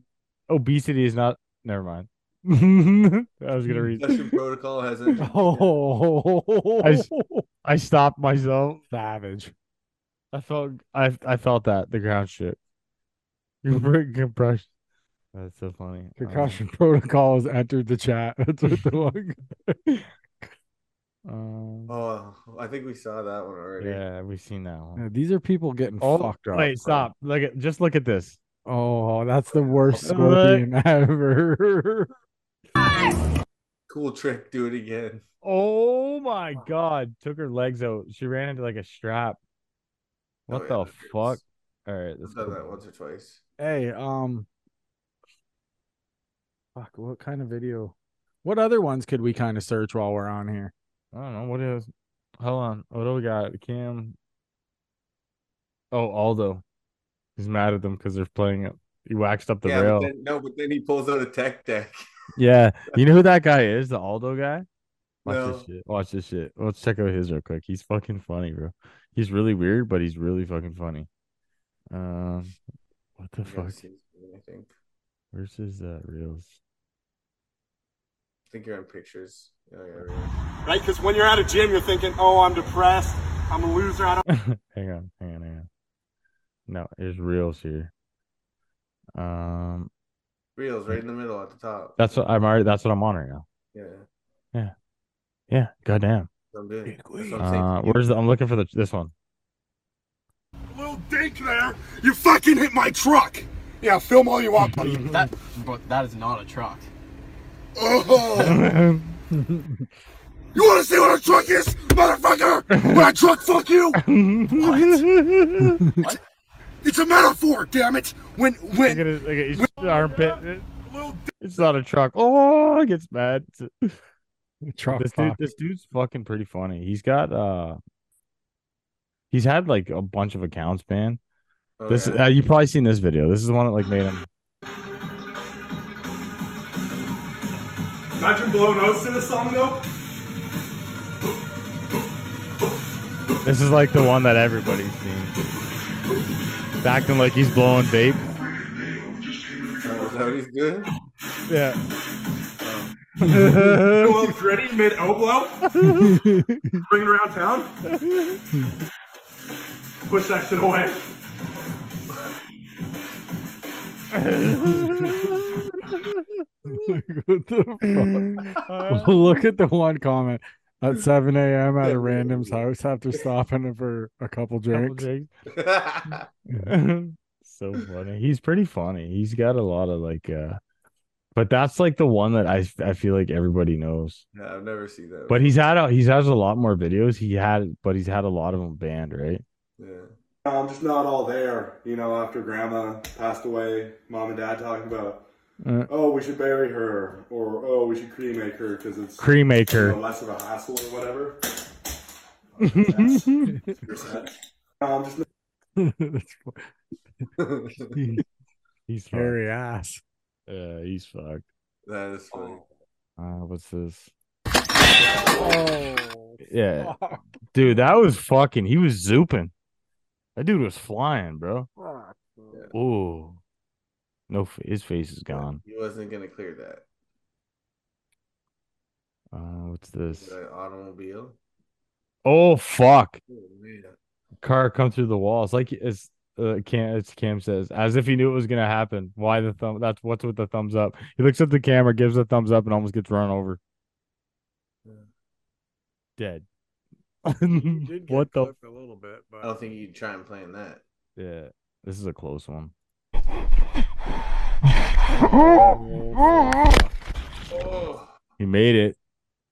Speaker 3: Obesity is not. Never mind. (laughs) I was gonna read. (laughs)
Speaker 2: Concussion protocol has entered.
Speaker 1: (laughs) Oh,
Speaker 3: I s- I stopped myself.
Speaker 1: savage.
Speaker 3: I felt. I I felt that the ground shit. (laughs) Compression. Mm-hmm. That's so funny. Um,
Speaker 1: Concussion (laughs) protocol has entered the chat. (laughs) That's what the one.
Speaker 3: Um,
Speaker 2: Oh, I think we saw that one already.
Speaker 3: yeah, we've seen that one.
Speaker 1: Yeah, these are people getting
Speaker 3: Oh,
Speaker 1: fucked up. bro.
Speaker 3: Wait, stop. Uh, Look at just look at this.
Speaker 1: Oh, that's the worst
Speaker 3: Look.
Speaker 1: scorpion (laughs) ever.
Speaker 2: Cool trick. Do it again.
Speaker 3: Oh my god, took her legs out. She ran into like a strap. What
Speaker 2: Oh, yeah,
Speaker 3: the
Speaker 2: that hurts.
Speaker 3: fuck? All right, let's
Speaker 2: I've done that
Speaker 3: go.
Speaker 2: once or twice.
Speaker 1: hey, um, fuck. What kind of video? What other ones could we kind of search while we're on (laughs) here?
Speaker 3: I don't know what is. Hold on. What do we got? Cam. Oh, Aldo. He's mad at them because they're playing it. He waxed up the
Speaker 2: yeah,
Speaker 3: rail.
Speaker 2: But then, no, but then he pulls out a tech deck.
Speaker 3: Yeah, you know who that guy is? The Aldo guy. Watch this
Speaker 2: No.
Speaker 3: shit. Watch this shit. Let's check out his real quick. He's fucking funny, bro. He's really weird, but he's really fucking funny. Um, what the
Speaker 2: I've never
Speaker 3: fuck?
Speaker 2: seen this one, I think.
Speaker 3: Where's his uh, reels? (laughs)
Speaker 2: I think you're on pictures. Oh, yeah, right.
Speaker 13: right? Because when you're at a gym, you're thinking, "Oh, I'm depressed. I'm a loser. I don't."
Speaker 3: hang on, hang on, hang on. No, there's reels here. Um,
Speaker 2: Reels right in the middle at the top.
Speaker 3: that's what I'm already. That's what I'm on right now.
Speaker 2: Yeah.
Speaker 3: Yeah, goddamn.
Speaker 2: I'm doing. That's what I'm saying.
Speaker 3: Uh, where's the? I'm looking for the this one.
Speaker 6: Little dink there. You fucking hit my truck. Yeah, film all you want, buddy.
Speaker 12: (laughs) That, but that is not a truck. (laughs)
Speaker 6: Oh. You want to see what a truck is, motherfucker? When I truck fuck you? what? It's a metaphor, damn it. When when
Speaker 3: look at his, look at his (laughs) armpit. It's not a truck. Oh, he gets mad. It's-
Speaker 1: Truck
Speaker 3: this dude,
Speaker 1: talk.
Speaker 3: this dude's fucking pretty funny. He's got uh, he's had like a bunch of accounts, man.
Speaker 2: Oh,
Speaker 3: this
Speaker 2: yeah.
Speaker 3: uh, you probably seen this video. This is the one that like made him.
Speaker 13: Imagine blowing nose to this song though.
Speaker 3: This is like the one that everybody's seen. He's Acting like he's blowing vape.
Speaker 2: Oh, is (laughs) that what he's doing?
Speaker 3: Yeah.
Speaker 13: Well, gritty mid oblo, bringing around town. Push that shit away.
Speaker 1: (laughs) what the (laughs) fuck? Look at the one comment at 7 a.m. at a (laughs) random's house after stopping him for a couple drinks.
Speaker 3: so funny. He's pretty funny. He's got a lot of like uh but that's like the one that I I feel like everybody knows.
Speaker 2: Yeah, I've never seen that.
Speaker 3: But he's had a, he's has a lot more videos. He had but he's had a lot of them banned, right?
Speaker 2: (laughs)
Speaker 13: I'm just not all there, you know, after grandma passed away, mom and dad talking about,
Speaker 3: Uh.
Speaker 13: oh, we should bury her, or oh, we should cremate her because it's
Speaker 3: Cremate her.
Speaker 4: (laughs)
Speaker 13: you know, less of a hassle or whatever. I'm Um, just
Speaker 1: (laughs) That's fu-
Speaker 3: He's fucked.
Speaker 1: hairy ass.
Speaker 3: Yeah, he's fucked.
Speaker 2: That is funny.
Speaker 3: Uh, what's this?
Speaker 1: Oh,
Speaker 3: Yeah. Dude, that was fucking he was zooping. That dude was flying, bro.
Speaker 1: fuck.
Speaker 2: Oh.
Speaker 3: Ooh. No f- his face is gone.
Speaker 2: He wasn't gonna clear that.
Speaker 3: Uh what's this?
Speaker 2: The automobile.
Speaker 3: Oh fuck.
Speaker 2: Oh, man.
Speaker 3: car come through the walls like it's uh, Cam, it's Cam says, as if he knew it was gonna happen. Why the thumb? That's what's with the thumbs up. He looks at the camera, gives a thumbs up, and almost gets run over. Dead. (laughs) what the?
Speaker 2: a little bit, but
Speaker 1: (laughs)
Speaker 2: I don't think you'd try and plan that.
Speaker 3: Yeah, this is a close one.
Speaker 1: (laughs)
Speaker 2: Oh,
Speaker 3: He made it.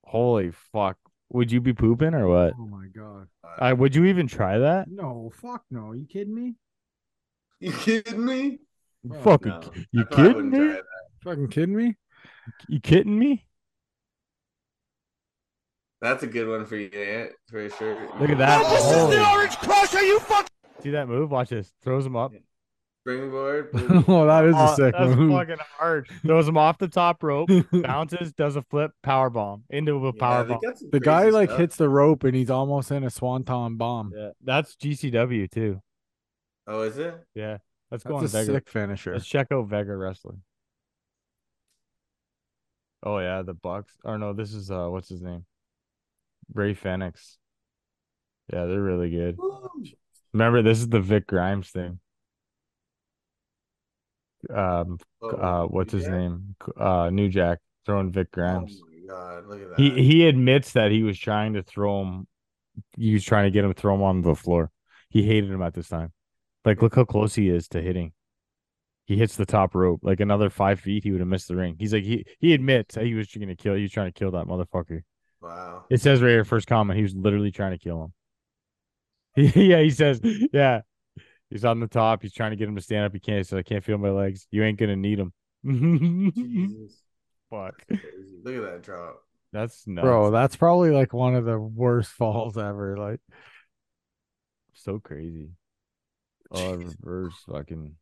Speaker 3: Holy fuck! Would you be pooping or what?
Speaker 1: Oh my god.
Speaker 3: I would you even try that?
Speaker 1: No, fuck no. you kidding me?
Speaker 2: you kidding me?
Speaker 3: You
Speaker 1: Fuck
Speaker 3: fucking,
Speaker 2: no.
Speaker 3: you
Speaker 2: I
Speaker 3: kidding
Speaker 2: wouldn't try
Speaker 3: me?
Speaker 2: that.
Speaker 1: Fucking kidding me? (laughs)
Speaker 3: You kidding me?
Speaker 2: That's a good one for you, Aunt, for sure.
Speaker 3: Look at
Speaker 2: (laughs)
Speaker 3: that! Oh. Holy.
Speaker 6: orange crush. Are you fucking?
Speaker 3: See that move? Watch this. Throws him up. (laughs)
Speaker 2: Springboard. boom.
Speaker 1: oh, that is a
Speaker 2: Uh,
Speaker 3: Oh,
Speaker 1: sick
Speaker 3: that's
Speaker 1: move.
Speaker 3: fucking hard. (laughs) Throws him off the top
Speaker 2: (laughs)
Speaker 3: rope, bounces, does a flip, power bomb into a
Speaker 2: Yeah,
Speaker 3: power
Speaker 2: they
Speaker 3: bomb.
Speaker 2: got some
Speaker 1: The guy
Speaker 2: crazy
Speaker 1: like
Speaker 2: stuff.
Speaker 1: hits the rope and he's almost in a swanton bomb.
Speaker 3: Yeah, that's GCW too.
Speaker 2: Oh, is it?
Speaker 3: Yeah, let's go on
Speaker 1: That's a
Speaker 3: Vega.
Speaker 1: sick finisher.
Speaker 3: Let's check out Vega Wrestling. Oh yeah, the Bucks. Or no, this is uh, what's his name? Ray Fenix. Yeah, they're really good. Remember, this is the Vic Grimes thing. Um,
Speaker 2: Oh,
Speaker 3: uh, what's his
Speaker 2: yeah.
Speaker 3: name? Uh, New Jack throwing Vic
Speaker 2: Oh
Speaker 3: Grimes.
Speaker 2: my god, look at that.
Speaker 3: He he admits that he was trying to throw him. He was trying to get him to throw him on the floor. He hated him at this time. Like, look how close he is to hitting. He hits the top rope. Like another five feet, he would have missed the ring. He's like he he admits that he was going to kill. He was trying to kill that motherfucker.
Speaker 2: wow.
Speaker 3: It says right here, first comment. He was literally trying to kill him. (laughs) yeah, he says, yeah. He's on the top. He's trying to get him to stand up. He can't. He says, I can't feel my legs. You ain't gonna need (laughs) him.
Speaker 2: Jesus.
Speaker 3: Fuck.
Speaker 2: Crazy. Look at that drop.
Speaker 3: That's nuts.
Speaker 1: Bro, that's probably like one of the worst (laughs) falls ever. Like (laughs)
Speaker 3: So crazy. Oh, reverse fucking.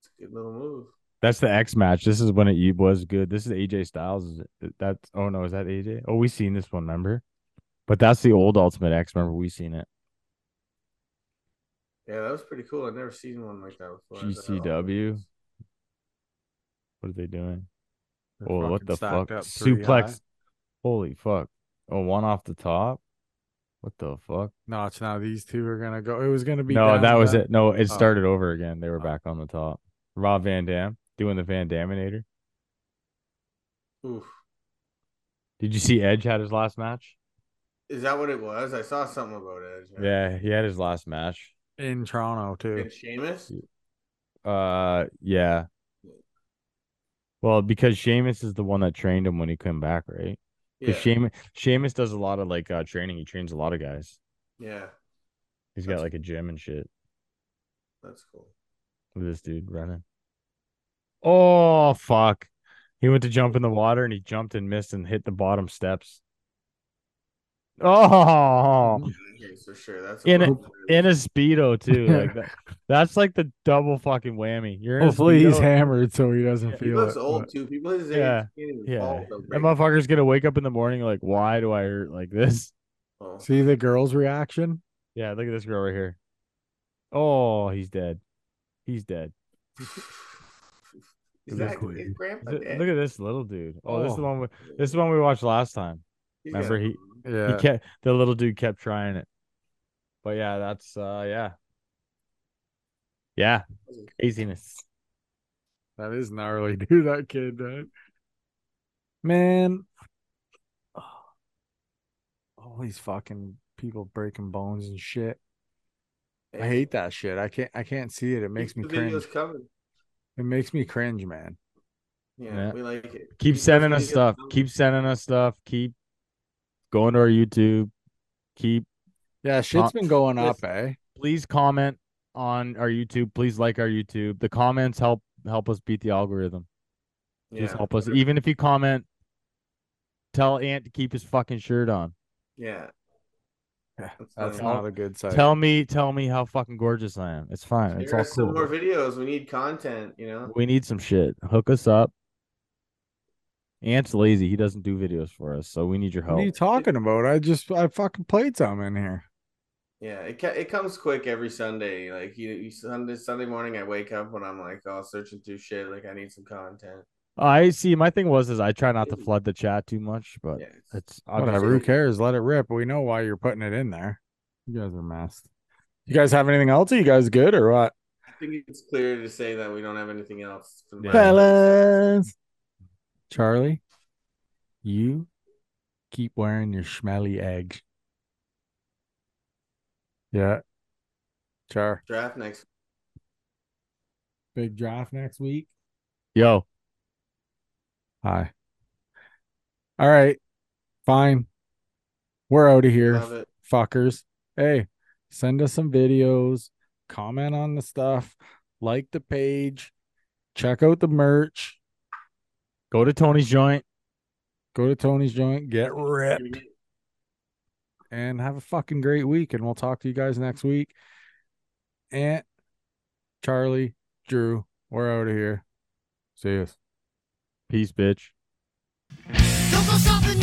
Speaker 2: It's a good little move.
Speaker 3: That's the X match. This is when it u- was good. This is AJ Styles. Is it- That's oh no, is that AJ? Oh, we seen this one, remember? But that's the old Ultimate X. Remember, we seen it.
Speaker 2: Yeah, that was pretty cool. I've never seen one like that before.
Speaker 3: GCW. What are they doing?
Speaker 1: they're
Speaker 3: Oh, what
Speaker 1: fucking
Speaker 3: the
Speaker 1: stacked
Speaker 3: fuck?
Speaker 1: up three high.
Speaker 3: Suplex. Holy fuck! Oh, one off the top. What the fuck?
Speaker 1: No, it's now these two are gonna go. It was gonna be
Speaker 3: No,
Speaker 1: down
Speaker 3: that
Speaker 1: to
Speaker 3: was it. No, it
Speaker 1: Oh.
Speaker 3: started over again. They were back on the top. Rob Van Dam doing the Van Daminator.
Speaker 2: Oof.
Speaker 3: Did you see Edge had his last match?
Speaker 2: Is that what it was? I saw something about it.
Speaker 3: Yeah, he had his last match
Speaker 1: in Toronto too.
Speaker 2: And Sheamus?
Speaker 3: Uh, yeah. Well, because Sheamus is the one that trained him when he came back, right?
Speaker 2: Yeah.
Speaker 3: Because Sheamus, Sheamus does a lot of like uh, training. He trains a lot of guys.
Speaker 2: Yeah,
Speaker 3: He's got like a gym and shit
Speaker 2: that's cool.
Speaker 3: with this dude running. Oh fuck! He went to jump in the water and he jumped and missed and hit the bottom steps. (laughs) Oh,
Speaker 2: Okay, so sure, that's
Speaker 3: in a
Speaker 2: what it
Speaker 3: in a speedo too. Like (laughs) that, that's like the double fucking whammy. You're in a
Speaker 1: Hopefully he's
Speaker 3: Speedo-
Speaker 1: hammered so he doesn't
Speaker 2: is. He
Speaker 1: feel
Speaker 2: looks
Speaker 1: it.
Speaker 2: old
Speaker 1: but-
Speaker 2: too. People his age
Speaker 3: Yeah,
Speaker 2: can't even
Speaker 3: Yeah,
Speaker 2: fall, they'll
Speaker 3: that
Speaker 2: break
Speaker 3: motherfucker's gonna wake up in the morning like, why do I hurt like this?
Speaker 2: fall.
Speaker 1: See the girl's reaction?
Speaker 3: Yeah, look at this girl right here. Oh, he's dead. He's dead.
Speaker 2: Is
Speaker 1: It
Speaker 2: that
Speaker 1: is weird.
Speaker 2: his grandpa?
Speaker 3: Th-
Speaker 2: dead?
Speaker 3: Look at this little dude. Oh, this is the
Speaker 1: Oh.
Speaker 3: one. We, this is the one we watched last time.
Speaker 2: He's got-
Speaker 3: Remember he
Speaker 1: Yeah.
Speaker 3: he kept the little dude kept trying it. But yeah, that's uh yeah. Yeah. Craziness.
Speaker 1: That is gnarly, (laughs) dude. That kid, man. Man. (sighs) All these fucking people breaking bones and shit. I hate that shit. I can't I can't see it. It makes me
Speaker 2: the video's
Speaker 1: cringe.
Speaker 2: covered.
Speaker 1: It makes me cringe, man.
Speaker 2: Yeah,
Speaker 3: Yeah.
Speaker 2: we like it.
Speaker 3: Keep
Speaker 2: Those
Speaker 3: sending us
Speaker 2: videos
Speaker 3: stuff.
Speaker 2: covered.
Speaker 3: Keep sending us stuff. Keep going to our YouTube. Keep
Speaker 1: Yeah, shit's
Speaker 3: Not-
Speaker 1: been going up,
Speaker 3: Yes.
Speaker 1: eh?
Speaker 3: please comment on our YouTube. Please like our YouTube. The comments help help us beat the algorithm. Please
Speaker 2: Yeah.
Speaker 3: help us. Even if you comment, tell Ant to keep his fucking shirt on.
Speaker 2: Yeah.
Speaker 1: Yeah,
Speaker 2: That's
Speaker 1: That's
Speaker 2: not-
Speaker 1: not a good sign.
Speaker 3: Tell me, tell me how fucking gorgeous I am. It's fine. It's
Speaker 2: There
Speaker 3: all
Speaker 2: are some more
Speaker 3: cool.
Speaker 2: videos. We need content, you know.
Speaker 3: We need some shit. Hook us up. Ant's lazy. He doesn't do videos for us, so we need your
Speaker 1: What
Speaker 3: help.
Speaker 1: are you talking about? I just I fucking played some in here.
Speaker 2: Yeah, it ca- it comes quick every Sunday. Like you, you Sunday Sunday morning, I wake up when I'm like, oh, searching through shit. Like I need some content.
Speaker 3: I see. My thing was is I try not to flood the chat too much, but
Speaker 2: Yeah,
Speaker 3: it's
Speaker 1: Whatever. Who cares? Let it rip. We know why you're putting it in there. You guys are messed. You guys have anything else? Are you guys good or what?
Speaker 2: I think it's clear to say that we don't have anything else. for the
Speaker 3: Yeah.
Speaker 1: Fellas. Charlie, you keep wearing your smelly egg. Yeah. Char.
Speaker 2: draft next.
Speaker 1: Big draft next week.
Speaker 3: Yo,
Speaker 1: Hi. All right. Fine. We're out of here.
Speaker 2: Love it.
Speaker 1: fuckers. Hey, send us some videos, comment on the stuff, like the page, check out the merch,
Speaker 3: go to Tony's joint.
Speaker 1: go to Tony's joint, get ripped,
Speaker 2: Ripped.
Speaker 1: and have a fucking great week. And we'll talk to you guys next week. Aunt Charlie, Drew, we're out of here. See us.
Speaker 3: Peace, bitch.
Speaker 7: Don't go something